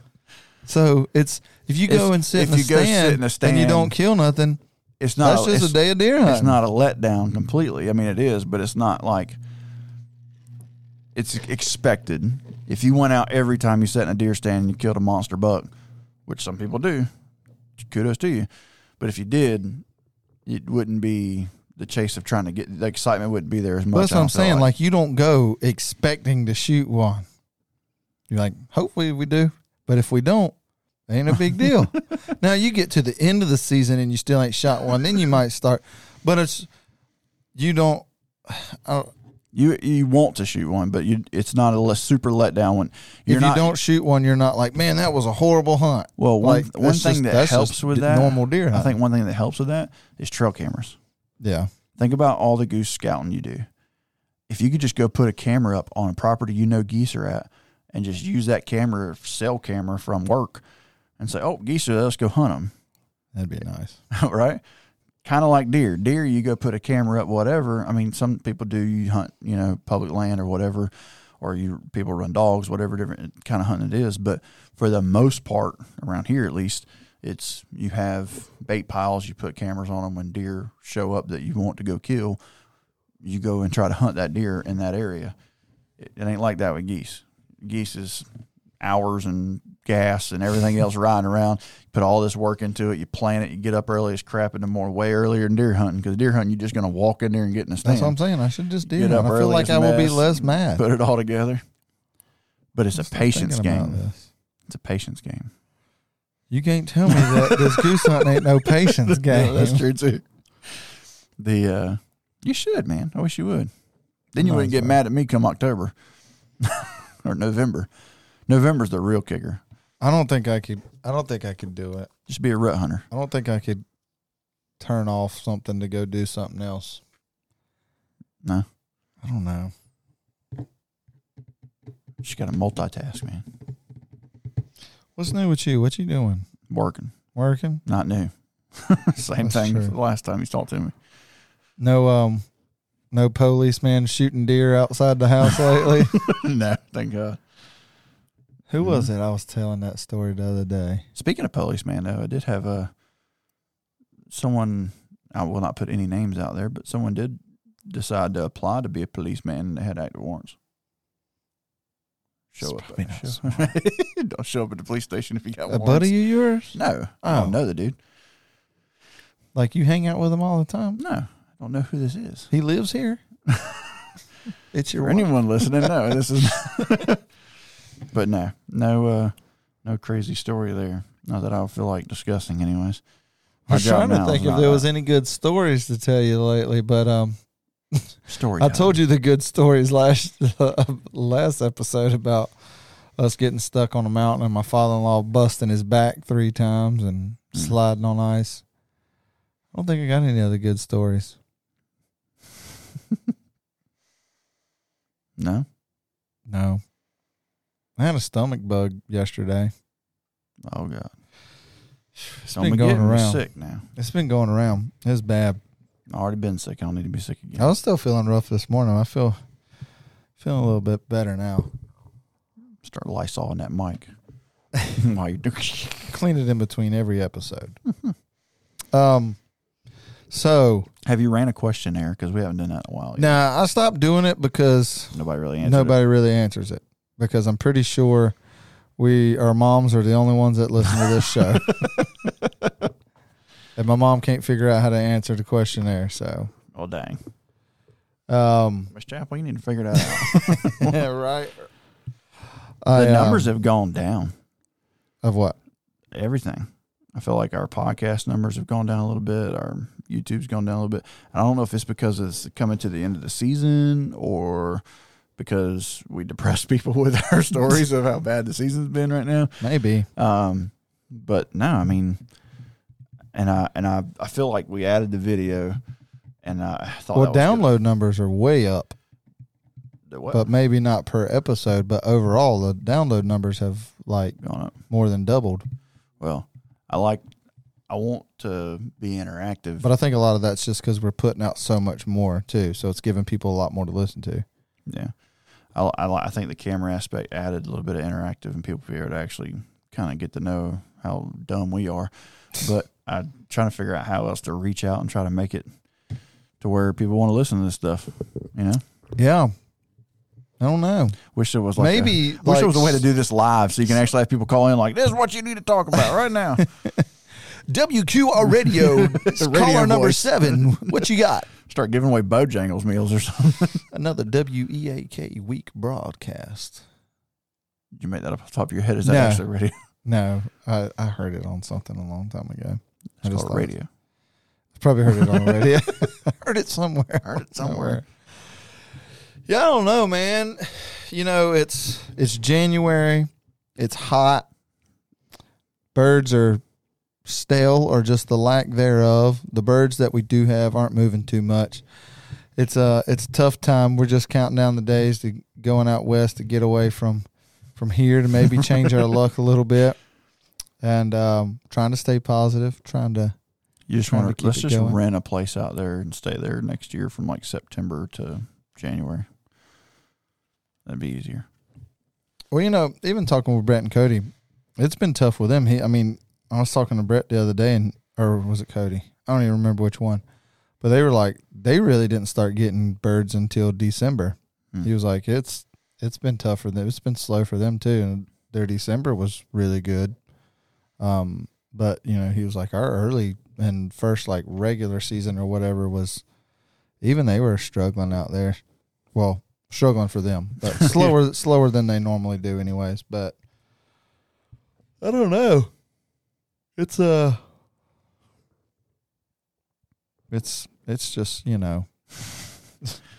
Speaker 1: So it's if you go
Speaker 2: It's-
Speaker 1: and sit,
Speaker 2: if
Speaker 1: in, a
Speaker 2: you go sit
Speaker 1: stand
Speaker 2: in a
Speaker 1: and you
Speaker 2: stand-
Speaker 1: don't kill nothing,
Speaker 2: It's not.
Speaker 1: that's just
Speaker 2: it's,
Speaker 1: a day of deer hunting.
Speaker 2: It's not a letdown completely. I mean, it is, but it's not like it's expected. If you went out every time you sat in a deer stand and you killed a monster buck, which some people do, kudos to you. But if you did, it wouldn't be the chase of trying to get the excitement wouldn't be there as much.
Speaker 1: But that's
Speaker 2: I
Speaker 1: what I'm
Speaker 2: don't feel
Speaker 1: saying. Like. you don't go expecting to shoot one. You're like, hopefully we do, but if we don't, it ain't a big deal. now you get to the end of the season and you still ain't shot one, then you might start. But it's you don't. I don't
Speaker 2: you you want to shoot one, but you it's not a less super letdown one.
Speaker 1: if
Speaker 2: You're
Speaker 1: you
Speaker 2: not,
Speaker 1: don't shoot one, you're not like, man, that was a horrible hunt.
Speaker 2: Well, one,
Speaker 1: Like,
Speaker 2: one
Speaker 1: that's
Speaker 2: thing
Speaker 1: just-
Speaker 2: that
Speaker 1: that's
Speaker 2: helps
Speaker 1: just
Speaker 2: with
Speaker 1: d-
Speaker 2: that
Speaker 1: normal deer
Speaker 2: I
Speaker 1: hunting.
Speaker 2: think one thing that helps with that is trail cameras.
Speaker 1: Yeah,
Speaker 2: Think about all the goose scouting you do. If you could just go put a camera up on a property you know geese are at and just use that camera, cell camera from work and say, oh, geese are there, let's go hunt
Speaker 1: that'd be nice.
Speaker 2: them, right? Kind of like deer. Deer, you go put a camera up, whatever. I mean, some people do, you hunt, you know, public land or whatever, or you people run dogs, whatever different kind of hunting it is. But for the most part, around here at least, it's you have bait piles, you put cameras on them when deer show up that you want to go kill you go and try to hunt that deer in that area. It, it ain't like that with geese. Geese is hours and gas and everything else riding around. You put all this work into it. You plan it. You get up early as crap in the morning, way earlier than deer hunting. Because deer hunting, you're just gonna walk in there and get in the stand.
Speaker 1: That's what I'm saying. I should just do
Speaker 2: Get
Speaker 1: that.
Speaker 2: up
Speaker 1: I feel
Speaker 2: early,
Speaker 1: like
Speaker 2: it's
Speaker 1: I will be
Speaker 2: mess,
Speaker 1: less mad.
Speaker 2: Put it all together. But it's a
Speaker 1: Stop
Speaker 2: patience
Speaker 1: thinking about
Speaker 2: game.
Speaker 1: this.
Speaker 2: It's a patience game.
Speaker 1: You can't tell me that this goose hunting ain't no patience game.
Speaker 2: Yeah, that's true too. The uh, you should, man. I wish you would. Then you
Speaker 1: No,
Speaker 2: wouldn't
Speaker 1: it's
Speaker 2: get mad at me come October or November. November's the real kicker.
Speaker 1: I don't think I could. I don't think I could do it.
Speaker 2: Just be a rut hunter.
Speaker 1: I don't think I could turn off something to go do something else.
Speaker 2: No.
Speaker 1: I don't know.
Speaker 2: Just got to multitask, man.
Speaker 1: What's new with you? What you doing?
Speaker 2: Working.
Speaker 1: Working?
Speaker 2: Not new. Same
Speaker 1: That's
Speaker 2: thing
Speaker 1: true.
Speaker 2: as the last time you talked to me.
Speaker 1: No um no policeman shooting deer outside the house lately.
Speaker 2: no, thank God.
Speaker 1: Who was it? I was telling that story the other day.
Speaker 2: Speaking of policeman, though, I did have a someone. I will not put any names out there, but someone did decide to apply to be a policeman and they had active warrants. Show
Speaker 1: It's
Speaker 2: up.
Speaker 1: probably not
Speaker 2: show- Don't show up at the police station if you got
Speaker 1: A
Speaker 2: warrants.
Speaker 1: buddy of yours?
Speaker 2: No, I
Speaker 1: Oh.
Speaker 2: don't know the dude.
Speaker 1: Like you hang out with him all the time?
Speaker 2: No, I don't know who this is.
Speaker 1: He lives here. it's your
Speaker 2: For
Speaker 1: wife.
Speaker 2: anyone listening, no, this is. but no, no, uh, no crazy story there. Not that I feel like discussing, anyways.
Speaker 1: I
Speaker 2: My
Speaker 1: was trying
Speaker 2: job now
Speaker 1: to
Speaker 2: is
Speaker 1: think if
Speaker 2: not
Speaker 1: there
Speaker 2: that.
Speaker 1: was any good stories to tell you lately, but um,
Speaker 2: story.
Speaker 1: I told you the good stories last last episode about us getting stuck on a mountain and my father in law busting his back three times and
Speaker 2: Mm.
Speaker 1: sliding on ice. I don't think I got any other good stories.
Speaker 2: No,
Speaker 1: No, I had a stomach bug yesterday.
Speaker 2: oh god, it's
Speaker 1: been going around.
Speaker 2: Sick now.
Speaker 1: It's been going around. It's bad.
Speaker 2: I already been sick. I don't need to be sick again.
Speaker 1: I was still feeling rough this morning. I feel feeling a little bit better now.
Speaker 2: Start lysol in that mic. While you do,
Speaker 1: Clean it in between every episode. um, so
Speaker 2: have you ran a questionnaire? Because we haven't done that in a while. Yet.
Speaker 1: now I stopped doing it because
Speaker 2: Nobody really answered.
Speaker 1: Nobody really answers it because I'm pretty sure we our moms are the only ones that listen to this show. and my mom can't figure out how to answer the questionnaire, so
Speaker 2: It. Oh dang,
Speaker 1: um
Speaker 2: Miss Chapel, you need to figure that out.
Speaker 1: yeah, right.
Speaker 2: the
Speaker 1: I, um,
Speaker 2: numbers have gone down.
Speaker 1: of what?
Speaker 2: everything. I feel like our podcast numbers have gone down a little bit. Our YouTube's gone down a little bit. I don't know if it's because it's coming to the end of the season or because we depress people with our stories of how bad the season's been right now.
Speaker 1: Maybe.
Speaker 2: Um, but no, I mean, and I and I, I feel like we added the video, and I thought
Speaker 1: well,
Speaker 2: that was
Speaker 1: download numbers are way up,
Speaker 2: good. The what?
Speaker 1: but maybe not per episode, but overall the download numbers have like
Speaker 2: gone up.
Speaker 1: more than doubled.
Speaker 2: Well, I like. I want to be interactive.
Speaker 1: But I think a lot of that's just cuz we're putting out so much more too, so it's giving people a lot more to listen to.
Speaker 2: Yeah, I, I, li- I think the camera aspect added a little bit of interactive, and people be able to actually kind of get to know how dumb we are. But I'm trying to figure out how else to reach out and try to make it to where people want to listen to this stuff. You know,
Speaker 1: Yeah. I don't know.
Speaker 2: wish there was like a-
Speaker 1: Maybe,
Speaker 2: wish
Speaker 1: like,
Speaker 2: there was a way to do this live so you can actually have people call in like this is what you need to talk about right now.
Speaker 1: WQR radio.
Speaker 2: radio voice.
Speaker 1: seven. What you got?
Speaker 2: Start giving away Bojangles meals or something.
Speaker 1: Another WEAK week broadcast.
Speaker 2: Did you make that up off the top of your head? Is that
Speaker 1: No.
Speaker 2: actually radio?
Speaker 1: No, I, I heard it on something a long time ago. I
Speaker 2: It's
Speaker 1: just
Speaker 2: called
Speaker 1: thought-
Speaker 2: radio.
Speaker 1: Probably heard it on the radio. heard it somewhere.
Speaker 2: Heard it somewhere.
Speaker 1: Yeah, I don't know, man. You know, it's it's January. It's hot. Birds are stale or just the lack thereof. The birds that we do have aren't moving too much. It's a it's a tough time. We're just counting down the days to going out west to get away from from here to maybe change our luck a little bit. And um, trying to stay positive, trying to
Speaker 2: You just
Speaker 1: trying
Speaker 2: want
Speaker 1: to
Speaker 2: to
Speaker 1: keep
Speaker 2: let's
Speaker 1: it
Speaker 2: just
Speaker 1: going.
Speaker 2: rent a place out there and stay there next year from like September to January. That'd be easier.
Speaker 1: Well, you know, even talking with Brett and Cody, it's been tough with them. He, I mean, I was talking to Brett the other day, and or was it Cody? I don't even remember which one. But they were like, they really didn't start getting birds until December.
Speaker 2: Hmm.
Speaker 1: He was like, it's it's been tough for them. It's been slow for them too, and their December was really good. Um, but you know, he was like, our early and first like regular season or whatever was, even they were struggling out there. Well, struggling for them, but slower slower than they normally do, anyways. But I don't know. It's uh It's it's just you know,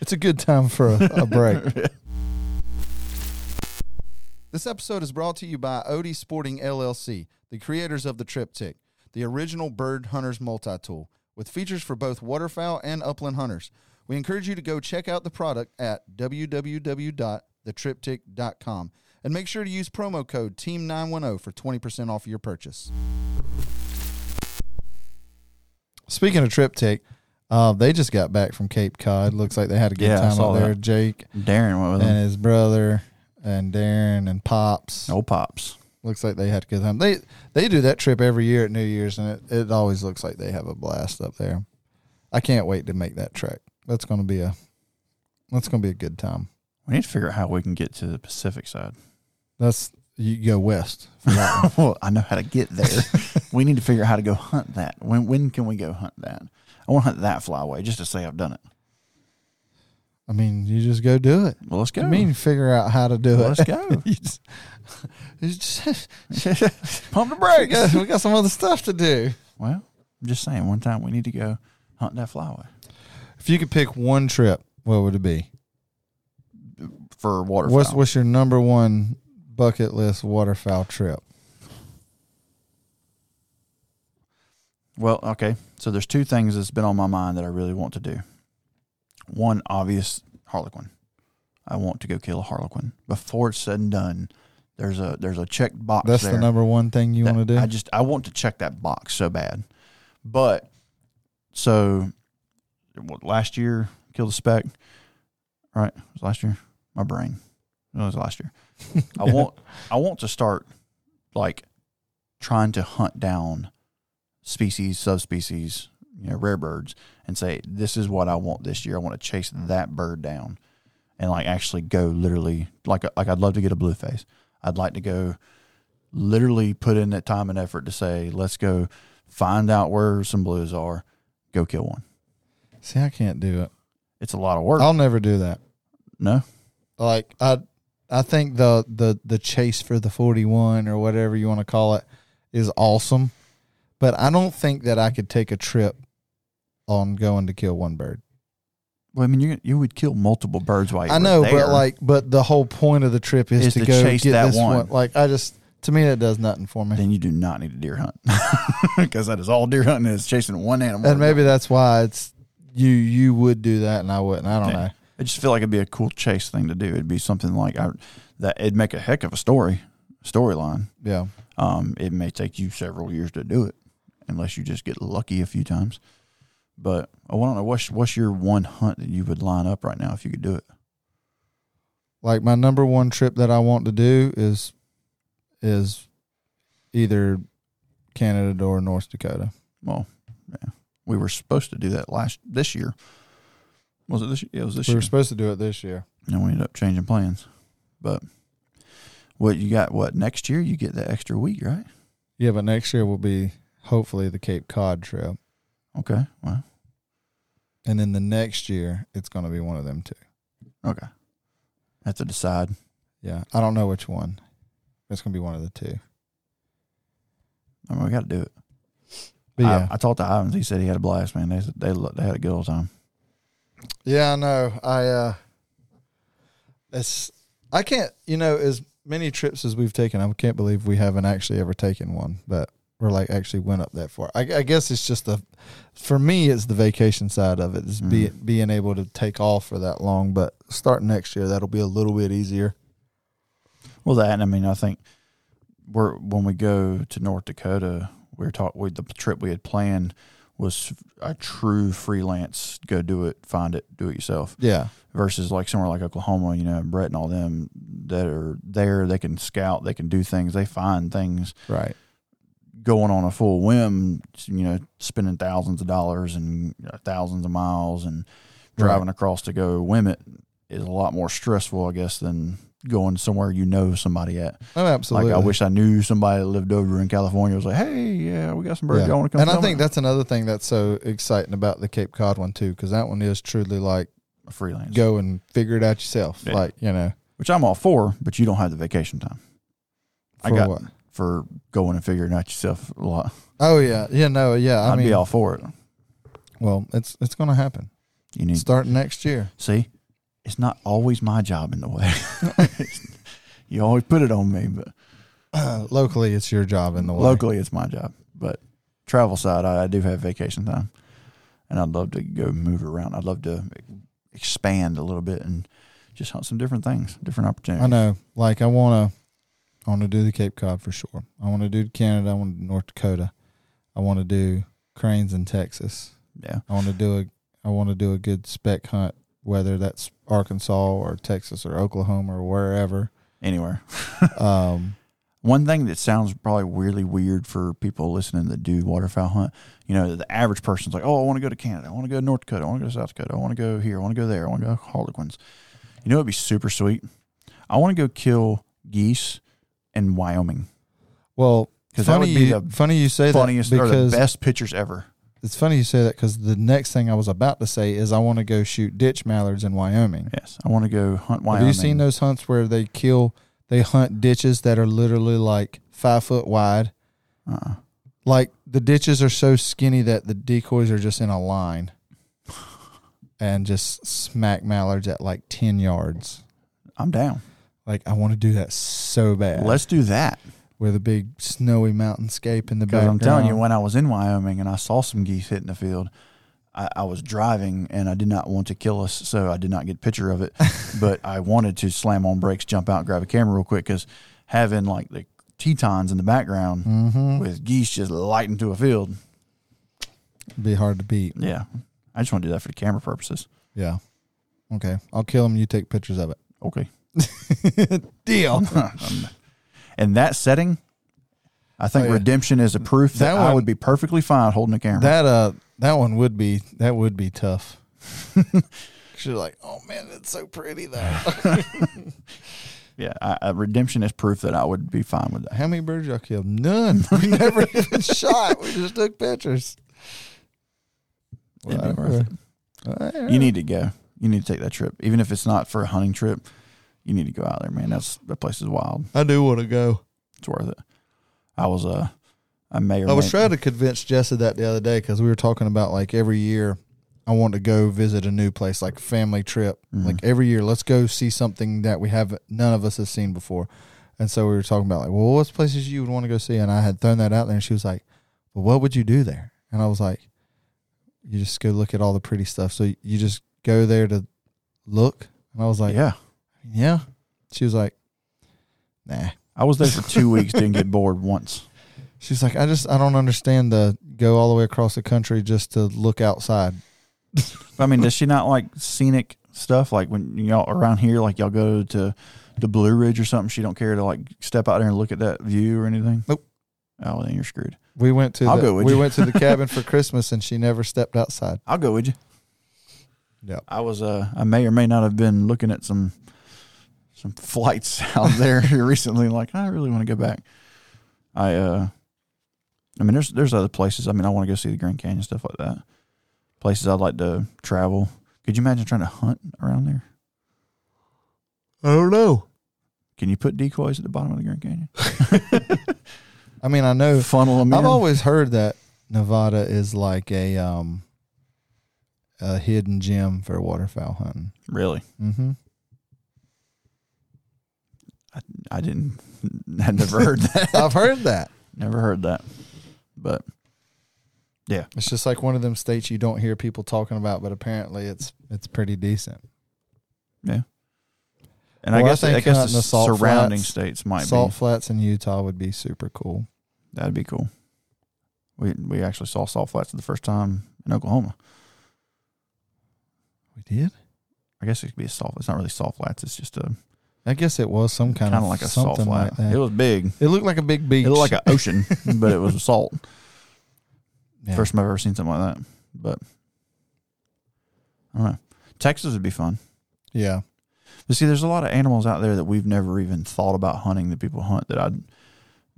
Speaker 1: it's a good time for a, a break. This episode is brought to you by Odie Sporting LLC, the creators of the Triptych, the original bird hunter's multi tool. with features for both waterfowl and upland hunters. We encourage you to go check out the product at www.thetriptych.com and make sure to use promo code TEAM910 for 20% off your purchase. Speaking of Triptych, uh, they just got back from Cape Cod. Looks like they had a good
Speaker 2: Yeah, I
Speaker 1: time
Speaker 2: saw
Speaker 1: out there.
Speaker 2: that.
Speaker 1: Jake
Speaker 2: Darren went with
Speaker 1: and
Speaker 2: him.
Speaker 1: his brother and Darren and Pops.
Speaker 2: No pops.
Speaker 1: Looks like they had a good time. They they do that trip every year at New Year's, and it, it always looks like they have a blast up there. I can't wait to make that trek. That's gonna be a that's gonna be a good time.
Speaker 2: We need to figure out how we can get to the Pacific side.
Speaker 1: That's you go west. For that.
Speaker 2: well, I know how to get there. we need to figure out how to go hunt that. When when can we go hunt that? I want to hunt that flyaway just to say I've done it.
Speaker 1: I mean, you just go do it.
Speaker 2: Well, let's go.
Speaker 1: I mean, figure out how to do
Speaker 2: Well,
Speaker 1: it.
Speaker 2: let's go.
Speaker 1: You just- you just-
Speaker 2: Pump the
Speaker 1: we,
Speaker 2: brakes.
Speaker 1: got, we got some other stuff to do.
Speaker 2: Well, I'm just saying. One time we need to go hunt that flyaway
Speaker 1: If you could pick one trip, what would it be?
Speaker 2: for waterfowl.
Speaker 1: What's what's your number one bucket list waterfowl trip?
Speaker 2: Well, okay. So there's two things that's been on my mind that I really want to do. One obvious harlequin. I want to go kill a harlequin. Before it's said and done, there's a there's a checked box.
Speaker 1: That's
Speaker 2: there
Speaker 1: the number one thing you
Speaker 2: that
Speaker 1: want to do.
Speaker 2: I just I want to check that box so bad. But so what, last year killed a spec. Right? It was last year. My brain. No, it was last year. I want I want to start like trying to hunt down species, subspecies, you know, rare birds and say, This is what I want this year. I want to chase that bird down and like actually go literally like like I'd love to get a blue face. I'd like to go literally put in that time and effort to say, let's go find out where some blues are, go kill one.
Speaker 1: See, I can't do it.
Speaker 2: It's a lot of work.
Speaker 1: I'll never do that.
Speaker 2: no,
Speaker 1: Like I, I think the the the chase for the forty one or whatever you want to call it is awesome, but I don't think that I could take a trip on going to kill one bird.
Speaker 2: well, I mean, you you would kill multiple birds while you
Speaker 1: I
Speaker 2: were
Speaker 1: know,
Speaker 2: there.
Speaker 1: but like, but the whole point of the trip is,
Speaker 2: Is
Speaker 1: to,
Speaker 2: to
Speaker 1: go
Speaker 2: chase
Speaker 1: get
Speaker 2: that
Speaker 1: this
Speaker 2: one.
Speaker 1: one. Like I just, to me, that does nothing for me.
Speaker 2: then you do not need a deer hunt because that is all deer hunting is chasing one animal.
Speaker 1: And maybe that's why it's you. You would do that, and I wouldn't. I don't
Speaker 2: Yeah.
Speaker 1: know.
Speaker 2: I just feel like it'd be a cool chase thing to do. It'd be something like I, that. It'd make a heck of a story storyline.
Speaker 1: Yeah,
Speaker 2: Um, it may take you several years to do it, unless you just get lucky a few times. But I want to know what's what's your one hunt that you would line up right now if you could do it.
Speaker 1: like my number one trip that I want to do is is either Canada or North Dakota.
Speaker 2: Well, yeah. we were supposed to do that last this year. Was it this? year? Yeah, it was this
Speaker 1: we
Speaker 2: year.
Speaker 1: were supposed to do it this year.
Speaker 2: and we ended up changing plans. But what you got? What next year? You get that extra week, right?
Speaker 1: Yeah, but next year will be hopefully the Cape Cod trip,
Speaker 2: Okay. Well,
Speaker 1: and then the next year it's going to be one of them two.
Speaker 2: okay. Have to decide.
Speaker 1: Yeah, I don't know which one. It's going to be one of the two.
Speaker 2: I mean, we got to do it.
Speaker 1: But yeah,
Speaker 2: I, I talked to Ivans. He said he had a blast, man. They they lo- they had a good old time.
Speaker 1: Yeah, I know. I uh it's I can't you know, as many trips as we've taken, I can't believe we haven't actually ever taken one, but or like actually went up that far. I, I guess it's just the for me it's the vacation side of it, is be,
Speaker 2: Mm-hmm.
Speaker 1: being able to take off for that long. But starting next year that'll be a little bit easier.
Speaker 2: Well, that and I mean, I think we're when we go to North Dakota, we we're taught we the trip we had planned was a true freelance go do it, find it, do it yourself.
Speaker 1: Yeah.
Speaker 2: versus like somewhere like Oklahoma, you know, Brett and all them that are there, they can scout, they can do things, they find things
Speaker 1: Right.
Speaker 2: going on a full whim, you know, spending thousands of dollars and you know, thousands of miles and driving across to go whim it is a lot more stressful, I guess, than going somewhere you know somebody at.
Speaker 1: Oh absolutely.
Speaker 2: Like I wish I knew somebody that lived over in California. Was like, hey, yeah, we got some birds.
Speaker 1: Yeah.
Speaker 2: Y'all want to come?
Speaker 1: and I
Speaker 2: film
Speaker 1: think
Speaker 2: it?"
Speaker 1: that's another thing that's so exciting about the Cape Cod one too, because that one is truly like
Speaker 2: A freelance,
Speaker 1: go and figure it out yourself.
Speaker 2: Yeah.
Speaker 1: Like, you know,
Speaker 2: which I'm all for, but you don't have the vacation time. I
Speaker 1: for
Speaker 2: got
Speaker 1: what?
Speaker 2: for going and figuring out yourself a lot.
Speaker 1: Oh yeah, yeah, no, yeah. I
Speaker 2: I'd
Speaker 1: mean,
Speaker 2: be all for it.
Speaker 1: well, it's it's going to happen.
Speaker 2: You need
Speaker 1: Start next year.
Speaker 2: see. It's not always my job in the way. you always put it on me, but
Speaker 1: locally, it's your job in the way.
Speaker 2: locally it's my job. But travel side, I, I do have vacation time. and I'd love to go move around. I'd love to expand a little bit and just hunt some different things, different opportunities.
Speaker 1: I know. Like I want to, I want to do the Cape Cod for sure. I want to do Canada. I want to do North Dakota. I want to do cranes in Texas.
Speaker 2: Yeah,
Speaker 1: I want to do a, I want to do a good spec hunt, whether that's Arkansas or Texas or Oklahoma or wherever.
Speaker 2: anywhere.
Speaker 1: Um,
Speaker 2: One thing that sounds probably weirdly weird for people listening that do waterfowl hunt, you know, the average person's like, oh, I want to go to Canada. I want to go to North Dakota. I want to go to South Dakota. I want to go here. I want to go there. I want to go to Harlequins. You know, it'd be super sweet. I want to go kill geese in Wyoming.
Speaker 1: well,
Speaker 2: 'Cause that
Speaker 1: funny,
Speaker 2: would be
Speaker 1: you,
Speaker 2: the
Speaker 1: funny you say
Speaker 2: Funniest
Speaker 1: that
Speaker 2: or the
Speaker 1: because
Speaker 2: best pictures ever.
Speaker 1: it's funny you say that because the next thing I was about to say is I want to go shoot ditch mallards in Wyoming.
Speaker 2: Yes. I want to go hunt Wyoming.
Speaker 1: Have you seen those hunts where they kill, they hunt ditches that are literally like five foot wide?
Speaker 2: Uh-uh.
Speaker 1: Like the ditches are so skinny that the decoys are just in a line and just smack mallards at like 10 yards.
Speaker 2: I'm down.
Speaker 1: Like, I want to do that so bad.
Speaker 2: Let's do that.
Speaker 1: with a big snowy mountainscape in the
Speaker 2: Because
Speaker 1: background.
Speaker 2: I'm telling you, when I was in Wyoming and I saw some geese hitting the field, I, I was driving and I did not want to kill us, so I did not get a picture of it. but I wanted to slam on brakes, jump out, grab a camera real quick because having like the Tetons in the background
Speaker 1: Mm-hmm.
Speaker 2: with geese just lighting to a field,
Speaker 1: It'd be hard to beat.
Speaker 2: yeah, I just want to do that for the camera purposes.
Speaker 1: Yeah. Okay. I'll kill him. You take pictures of it.
Speaker 2: Okay,
Speaker 1: Deal.
Speaker 2: in that setting, I think
Speaker 1: Oh, yeah.
Speaker 2: redemption is a proof that,
Speaker 1: That
Speaker 2: I
Speaker 1: one-
Speaker 2: would be perfectly fine holding a camera.
Speaker 1: That uh, that one would be that would be tough. 'Cause You're like, oh man, it's so pretty though.
Speaker 2: yeah, I, I, redemption is proof that I would be fine with that.
Speaker 1: How many birds y'all killed? None. We never even shot. We just took pictures.
Speaker 2: It'd be worth it. You need to go. You need to take that trip, even if it's not for a hunting trip. You need to go out there, man. That's that place is wild.
Speaker 1: I do want to go.
Speaker 2: It's worth it. I was uh, I may or
Speaker 1: I was
Speaker 2: may-
Speaker 1: trying to convince Jess of that the other day because we were talking about like every year I want to go visit a new place, like family trip. Like every year, let's go see something that we have none of us has seen before. And so we were talking about like, well, what's places you would want to go see? And I had thrown that out there, and she was like, well, what would you do there? And I was like, you just go look at all the pretty stuff. So you just go there to look. And I was like, yeah.
Speaker 2: yeah,
Speaker 1: She was like, nah.
Speaker 2: I was there for two weeks. Didn't get bored once.
Speaker 1: She's like, I just I don't understand the go all the way across the country just to look outside.
Speaker 2: I mean, does she not like scenic stuff? Like when y'all around here, like y'all go to the Blue Ridge or something. She don't care to like step out there and look at that view or anything.
Speaker 1: Nope.
Speaker 2: Oh, then you're screwed.
Speaker 1: We went to
Speaker 2: I'll
Speaker 1: the,
Speaker 2: go with
Speaker 1: we
Speaker 2: you.
Speaker 1: went to the cabin for Christmas and she never stepped outside.
Speaker 2: I'll go with you.
Speaker 1: Yep.
Speaker 2: I was uh, I may or may not have been looking at some some flights out there recently. Like I really want to go back. I uh, I mean, there's there's other places. I mean, I want to go see the Grand Canyon stuff like that. Places I'd like to travel. Could you imagine trying to hunt around there?
Speaker 1: I don't know.
Speaker 2: Can you put decoys at the bottom of the Grand Canyon?
Speaker 1: I mean, I know
Speaker 2: Funnel them in.
Speaker 1: Oh, I've always heard that Nevada is like a um a hidden gem for waterfowl hunting.
Speaker 2: really.
Speaker 1: Mm-hmm.
Speaker 2: I, I didn't. I never heard that.
Speaker 1: I've heard that.
Speaker 2: never heard that. But yeah,
Speaker 1: It's just like one of them states you don't hear people talking about, but apparently it's it's pretty decent.
Speaker 2: Yeah. And I
Speaker 1: Well, I
Speaker 2: guess I,
Speaker 1: think
Speaker 2: guess the,
Speaker 1: hunting the salt
Speaker 2: surrounding
Speaker 1: flats-
Speaker 2: states might
Speaker 1: Salt flats in Utah would be super cool.
Speaker 2: be that'd be cool. We we actually saw salt flats for the first time in Oklahoma.
Speaker 1: We did?
Speaker 2: I guess it could be a salt. It's not really salt flats. It's just a
Speaker 1: I guess it was some kind
Speaker 2: kind of
Speaker 1: of
Speaker 2: like a
Speaker 1: something
Speaker 2: salt flat.
Speaker 1: like that.
Speaker 2: it was big.
Speaker 1: It looked like a big beach.
Speaker 2: It looked like an ocean, but it was salt.
Speaker 1: Yeah.
Speaker 2: First time I've ever seen something like that. But I don't know. Texas would be fun.
Speaker 1: Yeah.
Speaker 2: But see, there's a lot of animals out there that we've never even thought about hunting that people hunt that I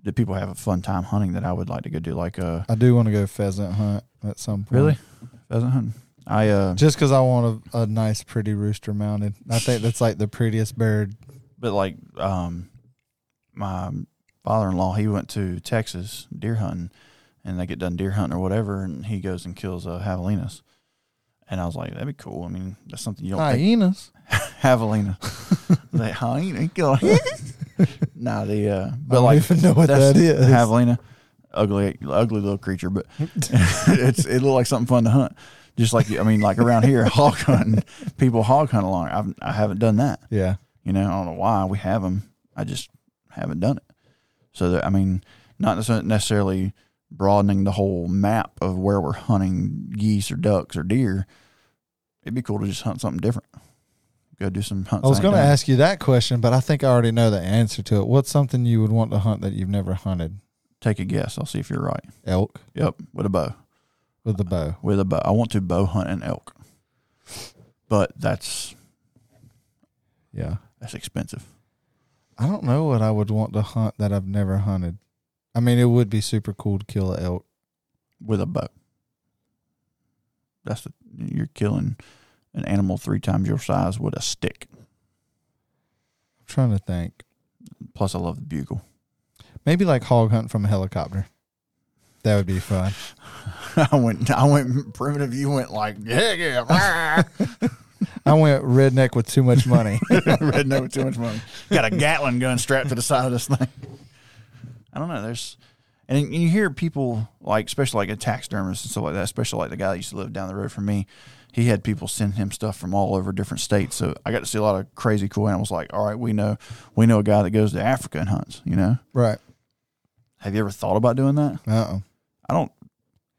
Speaker 2: that people have a fun time hunting that I would like to go do like uh, a
Speaker 1: I do want to go pheasant hunt at some point.
Speaker 2: pheasant hunting. I uh,
Speaker 1: Just because I want a, a nice, pretty rooster mounted. I think that's like the prettiest bird.
Speaker 2: but like um my father-in-law he went to texas deer hunting and they get done deer hunting or whatever and he goes and kills uh, javelinas and i was like that'd be cool i mean that's something you don't think
Speaker 1: Hyenas.
Speaker 2: javelina that hyena kill nah the uh
Speaker 1: I
Speaker 2: but
Speaker 1: don't
Speaker 2: like
Speaker 1: even know what
Speaker 2: that's
Speaker 1: that is.
Speaker 2: javelina ugly ugly little creature but it's it looked like something fun to hunt Just like I mean, like around here, hog hunting. People hog hunt along. I've I haven't done that.
Speaker 1: Yeah.
Speaker 2: You know, I don't know why we have them. I just haven't done it. So that, I mean, not necess- necessarily broadening the whole map of where we're hunting geese or ducks or deer. It'd be cool to just hunt something different. Go do some hunts.
Speaker 1: I was
Speaker 2: ain't
Speaker 1: going to
Speaker 2: done.
Speaker 1: ask you that question, but I think I already know the answer to it. What's something you would want to hunt that you've never hunted?
Speaker 2: Take a guess. I'll see if you're right.
Speaker 1: Elk
Speaker 2: Yep, with a bow.
Speaker 1: with a bow.
Speaker 2: With a bow. I want to bow hunt an elk, but that's
Speaker 1: Yeah.
Speaker 2: that's expensive.
Speaker 1: I don't know what I would want to hunt that I've never hunted. I mean, it would be super cool to kill an elk.
Speaker 2: with a bow. That's the, you're killing an animal three times your size with a stick.
Speaker 1: I'm trying to think.
Speaker 2: Plus, I love the bugle.
Speaker 1: Maybe like hog hunting from a helicopter. That would be fun.
Speaker 2: I went, I went primitive. You went like, yeah, yeah, rah."
Speaker 1: I went redneck with too much money.
Speaker 2: redneck with too much money. Got a Gatlin gun strapped to the side of this thing. I don't know. There's, and you hear people like, especially like a taxidermist and stuff like that. Especially like the guy that used to live down the road from me. He had people send him stuff from all over different states. So I got to see a lot of crazy cool animals. Like, all right, we know, we know a guy that goes to Africa and hunts. You know,
Speaker 1: right.
Speaker 2: have you ever thought about doing that?
Speaker 1: Uh oh.
Speaker 2: I don't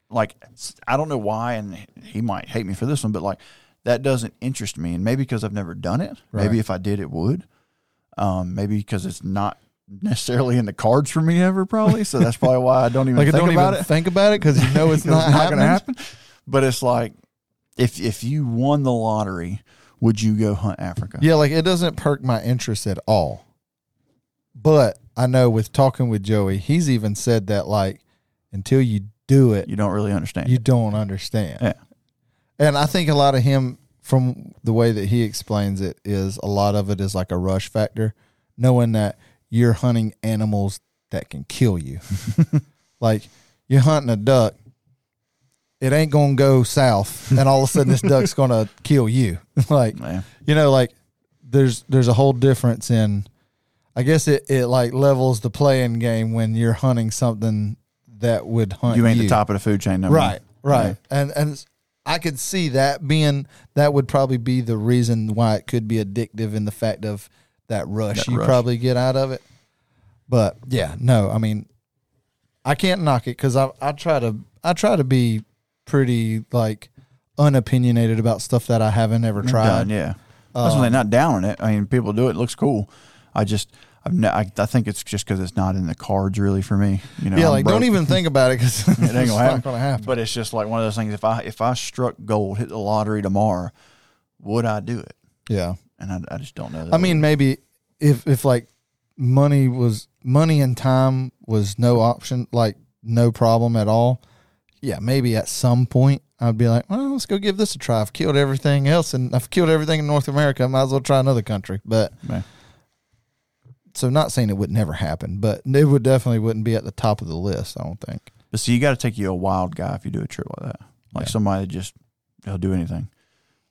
Speaker 2: like s- I don't know why and he might hate me for this one but like that doesn't interest me and maybe because I've never done it
Speaker 1: Right.
Speaker 2: maybe if I did it would um maybe because it's not necessarily in the cards for me ever probably so that's probably why I don't even
Speaker 1: Like,
Speaker 2: think
Speaker 1: don't
Speaker 2: about
Speaker 1: even
Speaker 2: it
Speaker 1: think about it because you know it's not,
Speaker 2: gonna
Speaker 1: happening.
Speaker 2: happen but it's like if if you won the lottery would you go hunt Africa
Speaker 1: Yeah, like it doesn't perk my interest at all. But I know with talking with Joey, he's even said that like until you do it,
Speaker 2: you don't really understand
Speaker 1: you don't understand.
Speaker 2: Yeah.
Speaker 1: And I think a lot of him from the way that he explains it is a lot of it is like a rush factor, knowing that you're hunting animals that can kill you. like you're hunting a duck, it ain't gonna go south and all of a sudden this duck's gonna kill you. like
Speaker 2: Yeah.
Speaker 1: you know like there's there's a whole difference in i guess it, it like levels the playing game when you're hunting something that would hunt you
Speaker 2: you ain't the top of the food chain no more.
Speaker 1: right right
Speaker 2: Mm-hmm.
Speaker 1: and and it's- i could see that being that would probably be the reason why it could be addictive in the fact of that rush
Speaker 2: That
Speaker 1: you
Speaker 2: rush.
Speaker 1: probably get out of it but yeah no i mean i can't knock it because I, I try to i try to be pretty like unopinionated about stuff that i haven't ever tried
Speaker 2: done, yeah. That's what I'm not down on it. I mean, people do it. It looks cool. I just, I've ne- I, I think it's just because it's not in the cards really for me. You know,
Speaker 1: Yeah,
Speaker 2: I'm
Speaker 1: like
Speaker 2: broke.
Speaker 1: don't even think about it because it
Speaker 2: It ain't gonna happen.
Speaker 1: not gonna happen.
Speaker 2: But it's just like one of those things. If I if I struck gold, hit the lottery tomorrow, would I do it?
Speaker 1: yeah,
Speaker 2: And I, I just don't know. that
Speaker 1: I mean maybe if if like money was money and time was no option, like no problem at all. Yeah, maybe at some point I'd be like, well, let's go give this a try. I've killed everything else, and I've killed everything in North America. I might as well try another country. But
Speaker 2: Yeah.
Speaker 1: so, not saying it would never happen, but it would definitely wouldn't be at the top of the list. I don't think.
Speaker 2: But see, you got to take you a wild guy if you do a trip like that. Like somebody that just he'll do anything.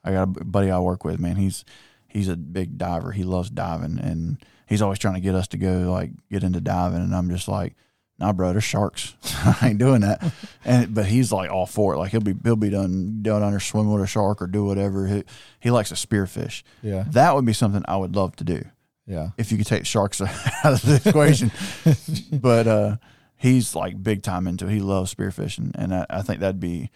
Speaker 2: I got a b- buddy I work with, man. He's he's a big diver. He loves diving, and he's always trying to get us to go like get into diving. And I'm just like, nah, bro, there's sharks. I ain't doing that. and but he's like all for it. Like he'll be he'll be done done under swimming with a shark or do whatever. He he likes to spearfish.
Speaker 1: Yeah,
Speaker 2: That would be something I would love to do
Speaker 1: yeah,
Speaker 2: if you could take sharks out of the equation. but uh, he's like big time into it. He loves spearfishing, and I, I think that'd be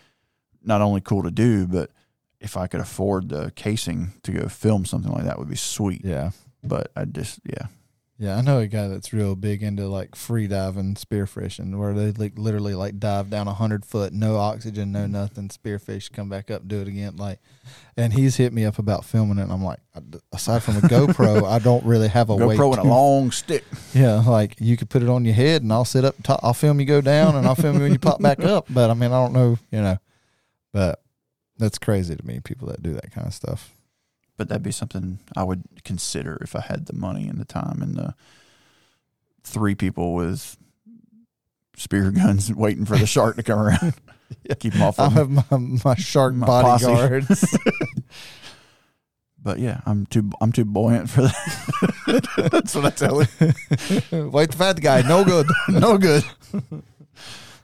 Speaker 2: not only cool to do, but if I could afford the casing to go film something like that, would be sweet.
Speaker 1: yeah.
Speaker 2: But I just yeah,
Speaker 1: Yeah, I know a guy that's real big into like free diving, spearfishing, where they like literally like dive down a hundred foot, no oxygen,
Speaker 2: Mm-hmm.
Speaker 1: no nothing, spearfish, come back up, do it again. Like, and he's hit me up about filming it. And I'm like, I- aside from a GoPro, I don't really have a way.
Speaker 2: GoPro
Speaker 1: to-
Speaker 2: and a long stick.
Speaker 1: yeah, like you could put it on your head, and I'll sit up top. I'll film you go down, and I'll film you when you pop back up. But I mean, I don't know, you know. But that's crazy to me. People that do that kind of stuff.
Speaker 2: But that'd be something I would consider if I had the money and the time and the three people with spear guns waiting for the shark to come around. Keep them off.
Speaker 1: I
Speaker 2: of me.
Speaker 1: have my, my shark
Speaker 2: My posse.
Speaker 1: bodyguards.
Speaker 2: But yeah, I'm too I'm too buoyant for that. That's what I tell him.
Speaker 1: White fat guy, no good, no good.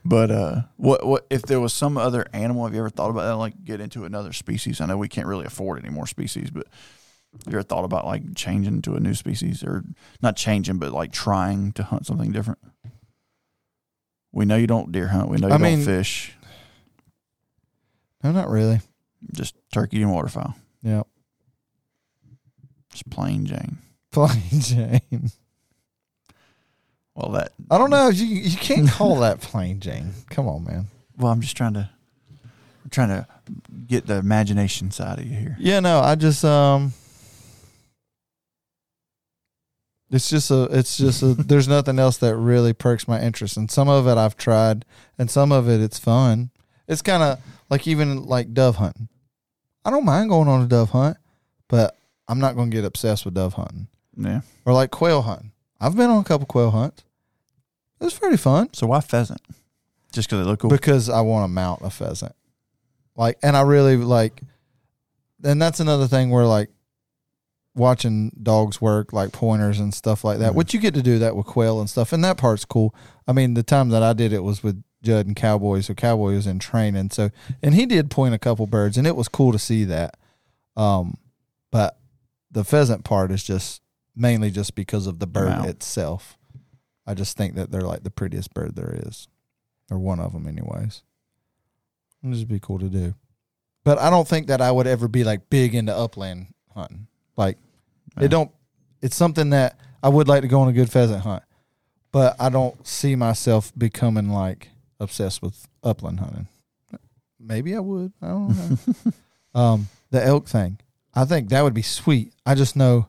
Speaker 2: But uh, what what if there was some other animal? Have you ever thought about that? Like get into another species? I know we can't really afford any more species, but have you ever thought about like changing to a new species or not changing, but like trying to hunt something different? We know you don't deer hunt. We know you
Speaker 1: I
Speaker 2: don't
Speaker 1: mean-
Speaker 2: fish.
Speaker 1: No, not really.
Speaker 2: Just turkey and waterfowl.
Speaker 1: Yeah.
Speaker 2: Just plain Jane.
Speaker 1: Plain Jane.
Speaker 2: Well, that
Speaker 1: I don't know. You you can't call that plain Jane. Come on, man.
Speaker 2: Well, I'm just trying to I'm trying to get the imagination side of you here.
Speaker 1: Yeah, no, I just um it's just a it's just a there's nothing else that really perks my interest. And some of it I've tried and some of it it's fun. It's kind of like even like dove hunting. I don't mind going on a dove hunt, but I'm not going to get obsessed with dove hunting
Speaker 2: Yeah.
Speaker 1: or like quail hunting. I've been on a couple quail hunts. It was pretty fun
Speaker 2: So why pheasant? Just because they look cool.
Speaker 1: because I want to mount a pheasant. Like, and I really like, and that's another thing where like watching dogs work, like pointers and stuff like that, which you get to do that with quail and stuff. And that part's cool. I mean, the time that I did it was with Judd and Cowboy. So Cowboy was in training. So, and he did point a couple birds and it was cool to see that. Um, but the pheasant part is just mainly just because of the bird
Speaker 2: mount.
Speaker 1: itself. I just think that they're like the prettiest bird there is or one of them anyways. It'd just be cool to do. But I don't think that I would ever be like big into upland hunting. Like
Speaker 2: Yeah.
Speaker 1: it don't it's something that I would like to go on a good pheasant hunt. But I don't see myself becoming like obsessed with upland hunting. Maybe I would. I don't know. um the elk thing. I think that would be sweet. I just know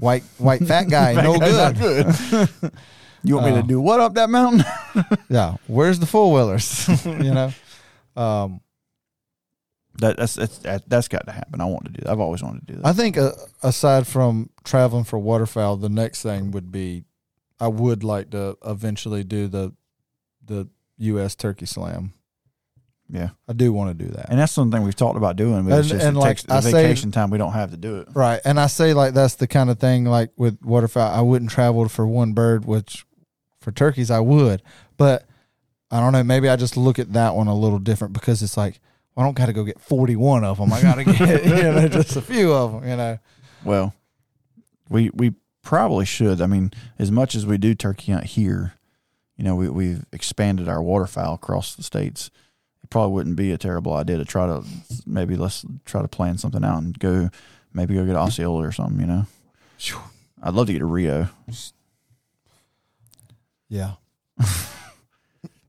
Speaker 1: white white fat guy no
Speaker 2: Not
Speaker 1: good.
Speaker 2: good. you want me
Speaker 1: Uh,
Speaker 2: to do what up that mountain?
Speaker 1: Yeah. Where's the four wheelers? you know? Um
Speaker 2: that, that's that's that, that's got to happen. I want to do that. I've always wanted to do that.
Speaker 1: I think uh, aside from traveling for waterfowl, the next thing would be I would like to eventually do the the U.S. Turkey Slam.
Speaker 2: yeah.
Speaker 1: I do want to do that.
Speaker 2: And that's something we've talked about doing, but it's
Speaker 1: And-
Speaker 2: just
Speaker 1: and
Speaker 2: it
Speaker 1: like
Speaker 2: takes the
Speaker 1: I say-
Speaker 2: vacation time we don't have to do it.
Speaker 1: Right. And I say like that's the kind of thing like with waterfowl I wouldn't travel for one bird, which for turkeys I would. But I don't know, maybe I just look at that one a little different because it's like I don't got to go get 41 of them. I got to get you know just a few of them, you know.
Speaker 2: Well, we we probably should. I mean, as much as we do turkey hunt here, you know, we we've expanded our waterfowl across the states. It probably wouldn't be a terrible idea to try to maybe let's try to plan something out and go maybe go get an Osceola or something. You know, I'd love to get a Rio.
Speaker 1: Yeah.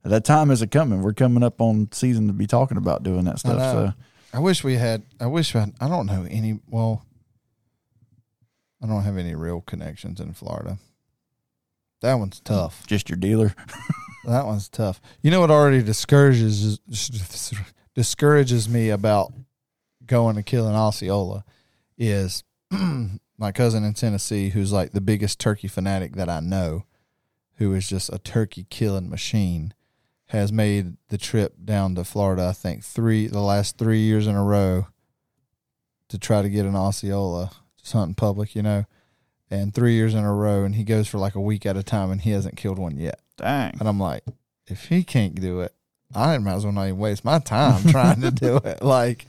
Speaker 2: That time is a coming. We're coming up on season to be talking about doing that stuff.
Speaker 1: know.
Speaker 2: So
Speaker 1: I wish we had. I wish I. I don't know any. Well, I don't have any real connections in Florida. That one's tough.
Speaker 2: just your dealer.
Speaker 1: That one's tough. You know what already discourages discourages me about going to kill an Osceola is my cousin in Tennessee, who's like the biggest turkey fanatic that I know, who is just a turkey killing machine, has made the trip down to Florida. I think three the last three years in a row to try to get an Osceola, just hunting public, you know, and three years in a row, and he goes for like a week at a time, and he hasn't killed one yet.
Speaker 2: Dang.
Speaker 1: And I'm like, if he can't do it, I might as well not even waste my time trying to do it. Like,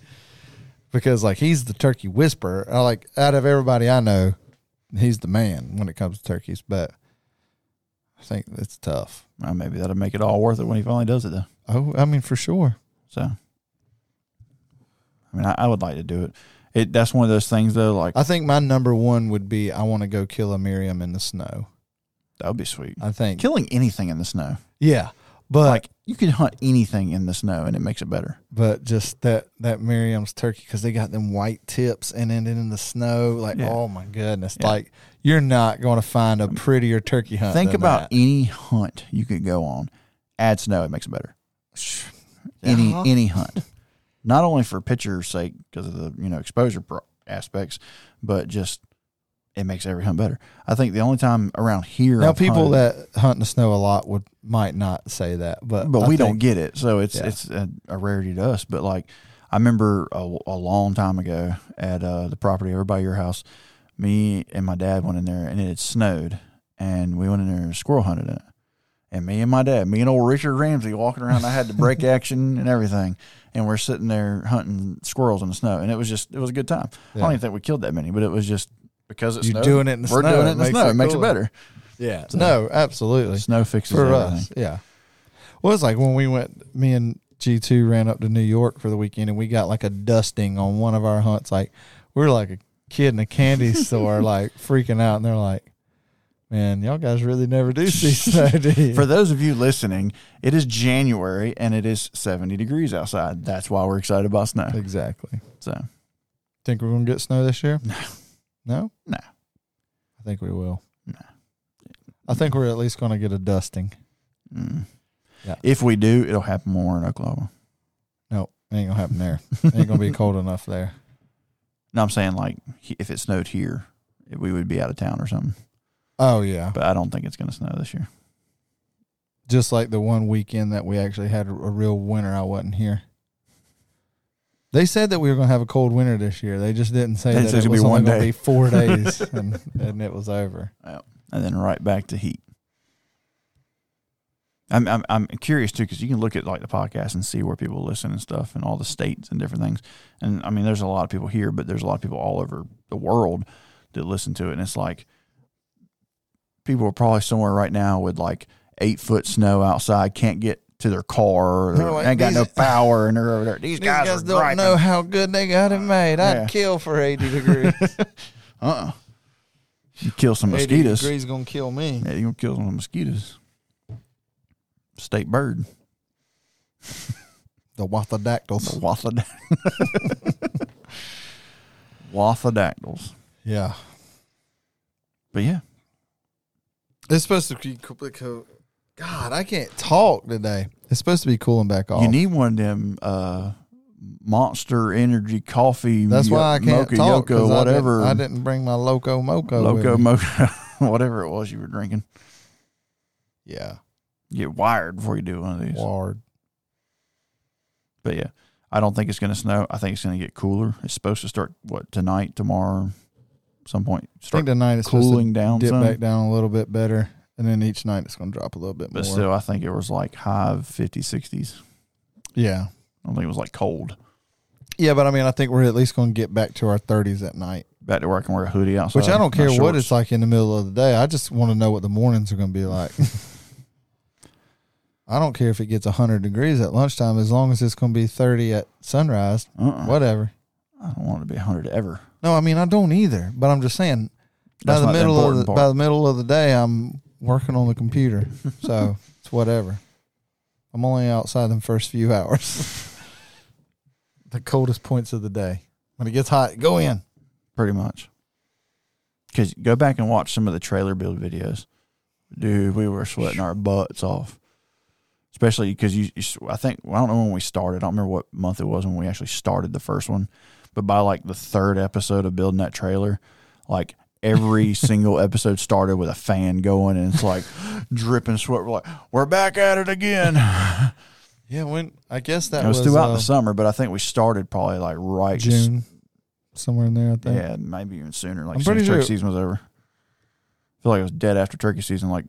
Speaker 1: because like he's the turkey whisperer. I, Like out of everybody I know, he's the man when it comes to turkeys. But I think it's tough.
Speaker 2: Well, maybe that'll make it all worth it when he finally does it, though.
Speaker 1: Oh, I mean, for sure.
Speaker 2: So, I mean, I, I would like to do it. It that's one of those things though. Like
Speaker 1: I think my number one would be I want to go kill a Miriam in the snow.
Speaker 2: that would be sweet.
Speaker 1: I think.
Speaker 2: Killing anything in the snow,
Speaker 1: yeah, but
Speaker 2: like you could hunt anything in the snow, and it makes it better.
Speaker 1: but just that that Miriam's turkey because they got them white tips and then in the snow, like
Speaker 2: Yeah.
Speaker 1: oh my goodness,
Speaker 2: Yeah. Um,
Speaker 1: like you're not going to find a prettier turkey hunt.
Speaker 2: Think
Speaker 1: than
Speaker 2: about
Speaker 1: that.
Speaker 2: any hunt you could go on. Add snow, it makes it better. Any
Speaker 1: Uh-huh.
Speaker 2: any hunt, not only for picture's sake because of the you know exposure pro- aspects, but just it makes every hunt better. I think the only time around here
Speaker 1: now
Speaker 2: I've
Speaker 1: people
Speaker 2: hunted-
Speaker 1: that hunt in the snow a lot would might not say that, but
Speaker 2: but
Speaker 1: I
Speaker 2: we
Speaker 1: think-
Speaker 2: don't get it, so it's
Speaker 1: Yeah.
Speaker 2: it's a, a rarity to us. But like, I remember a, a long time ago at uh, the property over by your house, me and my dad went in there, and it had snowed, and we went in there and squirrel hunted in it, and me and my dad, me and old Richard Ramsey walking around. I had the break action and everything, and we're sitting there hunting squirrels in the snow, and it was just it was a good time. I
Speaker 1: Yeah.
Speaker 2: don't even think we killed that many, but it was just because it's
Speaker 1: You doing it in the
Speaker 2: we're
Speaker 1: snow,
Speaker 2: doing
Speaker 1: it
Speaker 2: it in the
Speaker 1: makes
Speaker 2: snow.
Speaker 1: it
Speaker 2: It makes it
Speaker 1: cooler.
Speaker 2: better.
Speaker 1: Yeah. No, absolutely.
Speaker 2: Snow fixes
Speaker 1: for
Speaker 2: everything.
Speaker 1: us. Yeah. Well, it's like when we went, me and G2 ran up to New York for the weekend and we got like a dusting on one of our hunts. Like, we were like a kid in a candy store, like freaking out. And they're like, man, y'all guys really never do see snow, do you?
Speaker 2: For those of you listening, it is January and it is 70 degrees outside. That's why we're excited about snow.
Speaker 1: exactly.
Speaker 2: So,
Speaker 1: Think we're going to get snow this year? No. No?
Speaker 2: No.
Speaker 1: I think we will.
Speaker 2: No.
Speaker 1: I think we're at least going to get a dusting.
Speaker 2: mm.
Speaker 1: Yeah.
Speaker 2: if we do, it'll happen more in Oklahoma.
Speaker 1: No, it ain't going to happen there. It ain't going to be cold enough there.
Speaker 2: No, I'm saying like he- if it snowed here, we would be out of town or something.
Speaker 1: Oh, yeah.
Speaker 2: But I don't think it's going to snow this year.
Speaker 1: just like the one weekend that we actually had a a real winter, I wasn't here. They said that we were going to have a cold winter this year. They just didn't say
Speaker 2: They
Speaker 1: that
Speaker 2: said
Speaker 1: it
Speaker 2: it'd
Speaker 1: was
Speaker 2: be
Speaker 1: only
Speaker 2: one
Speaker 1: going to
Speaker 2: day.
Speaker 1: be four days, and, and it was over.
Speaker 2: and then right back to heat. I'm I'm, I'm curious too because you can look at like the podcast and see where people listen and stuff and all the states and different things. And I mean, there's a lot of people here, but there's a lot of people all over the world that listen to it. And it's like people are probably somewhere right now with like eight foot snow outside, can't get to their car, or
Speaker 1: They're like,
Speaker 2: ain't got no
Speaker 1: "These-
Speaker 2: power, and they're over there. These, guys, are griping."
Speaker 1: how good they got it made.
Speaker 2: I'd Yeah.
Speaker 1: kill for eighty degrees.
Speaker 2: Uh-uh. You kill some
Speaker 1: eighty
Speaker 2: mosquitoes.
Speaker 1: degrees going to kill me.
Speaker 2: Yeah, you gonna kill some mosquitoes. State bird,
Speaker 1: The wathodactyls.
Speaker 2: waffledactyl. Waffledactyls.
Speaker 1: Yeah,
Speaker 2: But yeah,
Speaker 1: it's supposed to be cool. cool- God, I can't talk today. It's supposed to be cooling back off.
Speaker 2: you need one of them uh, monster energy coffee.
Speaker 1: That's
Speaker 2: yo-
Speaker 1: why I can't
Speaker 2: mocha
Speaker 1: talk. 'cause
Speaker 2: Yoko,
Speaker 1: I didn't-
Speaker 2: whatever.
Speaker 1: I didn't, bring my loco moco. with
Speaker 2: Loco
Speaker 1: me.
Speaker 2: mocha, whatever it was you were drinking.
Speaker 1: Yeah,
Speaker 2: You get wired before you do one of these.
Speaker 1: Ward.
Speaker 2: But yeah, I don't think it's going to snow. I think it's going to get cooler. It's supposed to start what tonight, tomorrow, some point.
Speaker 1: I think
Speaker 2: Start
Speaker 1: tonight it's supposed to
Speaker 2: cooling down.
Speaker 1: dip
Speaker 2: some.
Speaker 1: back down a little bit better, and then each night it's going to drop a little bit
Speaker 2: But
Speaker 1: more.
Speaker 2: still, I think it was like high 50s, 60s.
Speaker 1: yeah,
Speaker 2: I don't think it was like cold.
Speaker 1: yeah, but I mean, I think we're at least going to get back to our thirties at night,
Speaker 2: Back to where I can wear a hoodie outside.
Speaker 1: which I don't
Speaker 2: not
Speaker 1: care what
Speaker 2: shorts.
Speaker 1: it's like in the middle of the day. I just want to know what the mornings are going to be like. I don't care if it gets hundred degrees at lunchtime, as long as it's going to be thirty at sunrise.
Speaker 2: Uh-uh.
Speaker 1: Whatever.
Speaker 2: I don't want it to be 100 ever.
Speaker 1: No, I mean I don't either. But I'm just saying, by
Speaker 2: That's
Speaker 1: the
Speaker 2: not the
Speaker 1: middle of the,
Speaker 2: important
Speaker 1: by
Speaker 2: part.
Speaker 1: the middle of the day, I'm working on the computer, so it's whatever. I'm only outside the first few hours. the coldest points of the day. When it gets hot, go in.
Speaker 2: Pretty much. Because go back and watch some of the trailer build videos. Dude, we were sweating our butts off. Especially because you, you, s- I think, I don't know when we started. I don't remember what month it was when we actually started the first one. But by like the third episode of building that trailer, like every single episode started with a fan going and it's like dripping sweat. We're like, we're back at it again.
Speaker 1: Yeah, when I guess that
Speaker 2: it was,
Speaker 1: was,
Speaker 2: throughout
Speaker 1: uh,
Speaker 2: the summer, but I think we started probably like right
Speaker 1: June, somewhere in there. I think.
Speaker 2: Yeah, maybe even sooner. Like
Speaker 1: I'm
Speaker 2: as
Speaker 1: pretty
Speaker 2: soon as turkey
Speaker 1: sure-
Speaker 2: season was over. I feel like it was dead after turkey season. Like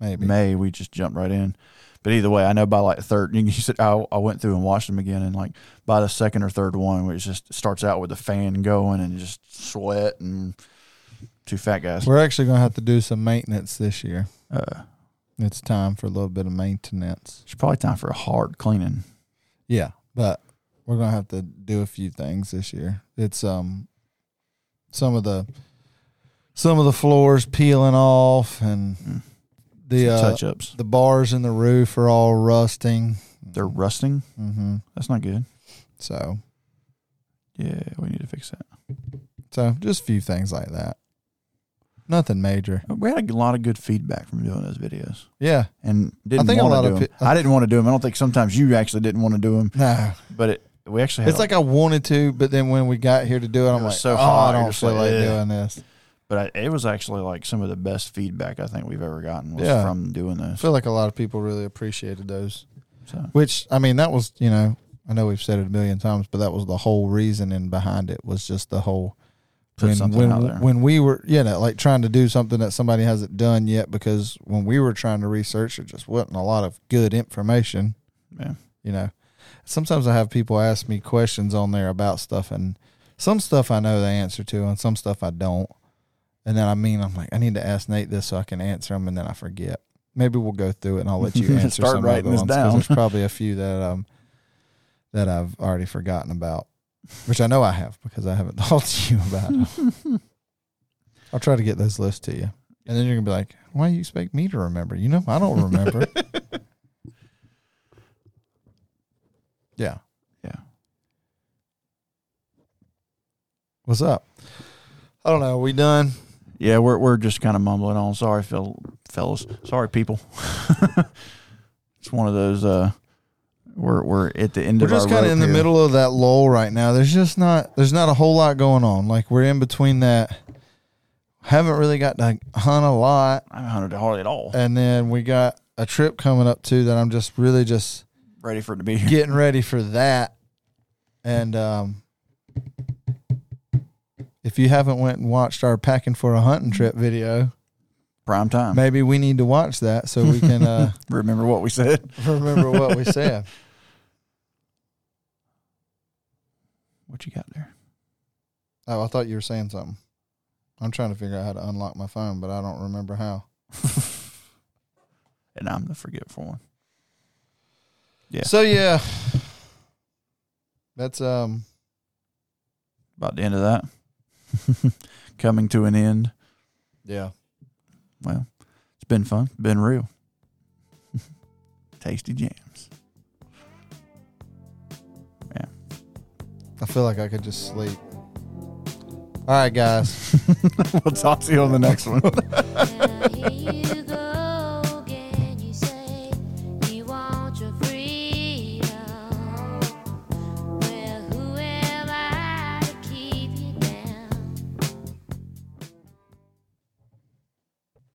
Speaker 1: maybe.
Speaker 2: May, we just jumped right in. But either way, I know by like the third, you said I, I went through and watched them again, and like by the second or third one, which just starts out with the fan going and just sweat and two fat guys.
Speaker 1: We're actually gonna have to do some maintenance this year.
Speaker 2: Uh,
Speaker 1: It's time for a little bit of maintenance.
Speaker 2: it's probably time for a hard cleaning.
Speaker 1: Yeah, but we're gonna have to do a few things this year. It's um some of the some of the floors peeling off and
Speaker 2: Mm.
Speaker 1: the uh,
Speaker 2: touch ups.
Speaker 1: the bars in the roof are all rusting.
Speaker 2: They're rusting.
Speaker 1: hmm
Speaker 2: That's not good.
Speaker 1: So
Speaker 2: Yeah, we need to fix that.
Speaker 1: so just a few things like that. Nothing major.
Speaker 2: We had a lot of good feedback from doing those videos.
Speaker 1: Yeah.
Speaker 2: and didn't
Speaker 1: think a
Speaker 2: want
Speaker 1: lot
Speaker 2: to
Speaker 1: of
Speaker 2: do them.
Speaker 1: pe-
Speaker 2: I didn't want to do them. I don't think sometimes you actually didn't want to do them,
Speaker 1: No.
Speaker 2: but it, we actually had
Speaker 1: It's like I wanted to, but then when we got here to do it, I'm
Speaker 2: It
Speaker 1: like,
Speaker 2: was so
Speaker 1: oh, I
Speaker 2: hot, you're
Speaker 1: don't
Speaker 2: just
Speaker 1: feel like
Speaker 2: like, "Ugh."
Speaker 1: doing this.
Speaker 2: but I, it was actually like some of the best feedback I think we've ever gotten was
Speaker 1: Yeah.
Speaker 2: from doing
Speaker 1: I
Speaker 2: those.
Speaker 1: feel like a lot of people really appreciated those.
Speaker 2: So
Speaker 1: Which I mean, that was you know, I know we've said it a million times, but that was the whole reasoning behind it was just the whole
Speaker 2: Put
Speaker 1: when
Speaker 2: something
Speaker 1: when
Speaker 2: out there.
Speaker 1: when we were you know like trying to do something that somebody hasn't done yet because when we were trying to research it just wasn't a lot of good information
Speaker 2: Yeah.
Speaker 1: you know sometimes i have people ask me questions on there about stuff and some stuff i know the answer to and some stuff i don't and then i mean i'm like i need to ask nate this so i can answer them and then i forget maybe we'll go through it and i'll let you answer
Speaker 2: Start
Speaker 1: some
Speaker 2: writing
Speaker 1: other
Speaker 2: this
Speaker 1: ones 'cause
Speaker 2: down.
Speaker 1: there's probably a few that um that i've already forgotten about which i know i have because i haven't talked to you about them. i'll try to get those lists to you and then you're gonna be like why do you expect me to remember you know i don't remember yeah
Speaker 2: Yeah.
Speaker 1: What's up? I don't know. we done?
Speaker 2: Yeah, we're we're just kind of mumbling on. Sorry, fel- fellas. Sorry, people. it's one of those. Uh, we're we're at the end
Speaker 1: We're
Speaker 2: of
Speaker 1: just
Speaker 2: our
Speaker 1: kind of
Speaker 2: rope
Speaker 1: in the
Speaker 2: here.
Speaker 1: middle of that lull right now. There's just not. There's not a whole lot going on. Like we're in between that. Haven't really got to hunt a lot,
Speaker 2: I haven't hunted hardly at all.
Speaker 1: and then we got a trip coming up too that I'm just really just
Speaker 2: Ready for it to be here.
Speaker 1: getting ready for that. And um, if you haven't went and watched our packing for a hunting trip video,
Speaker 2: Prime time.
Speaker 1: maybe we need to watch that so we can uh,
Speaker 2: Remember what we said.
Speaker 1: remember what we said.
Speaker 2: What you got there?
Speaker 1: Oh, I thought you were saying something. I'm trying to figure out how to unlock my phone, but I don't remember how.
Speaker 2: And I'm the forgetful one. Yeah.
Speaker 1: So yeah, that's um.
Speaker 2: About the end of that. Coming to an end.
Speaker 1: Yeah.
Speaker 2: Well, it's been fun. Been real. Tasty jams.
Speaker 1: I feel like I could just sleep. All right, guys.
Speaker 2: we'll talk to you on the next one.
Speaker 6: Here you go.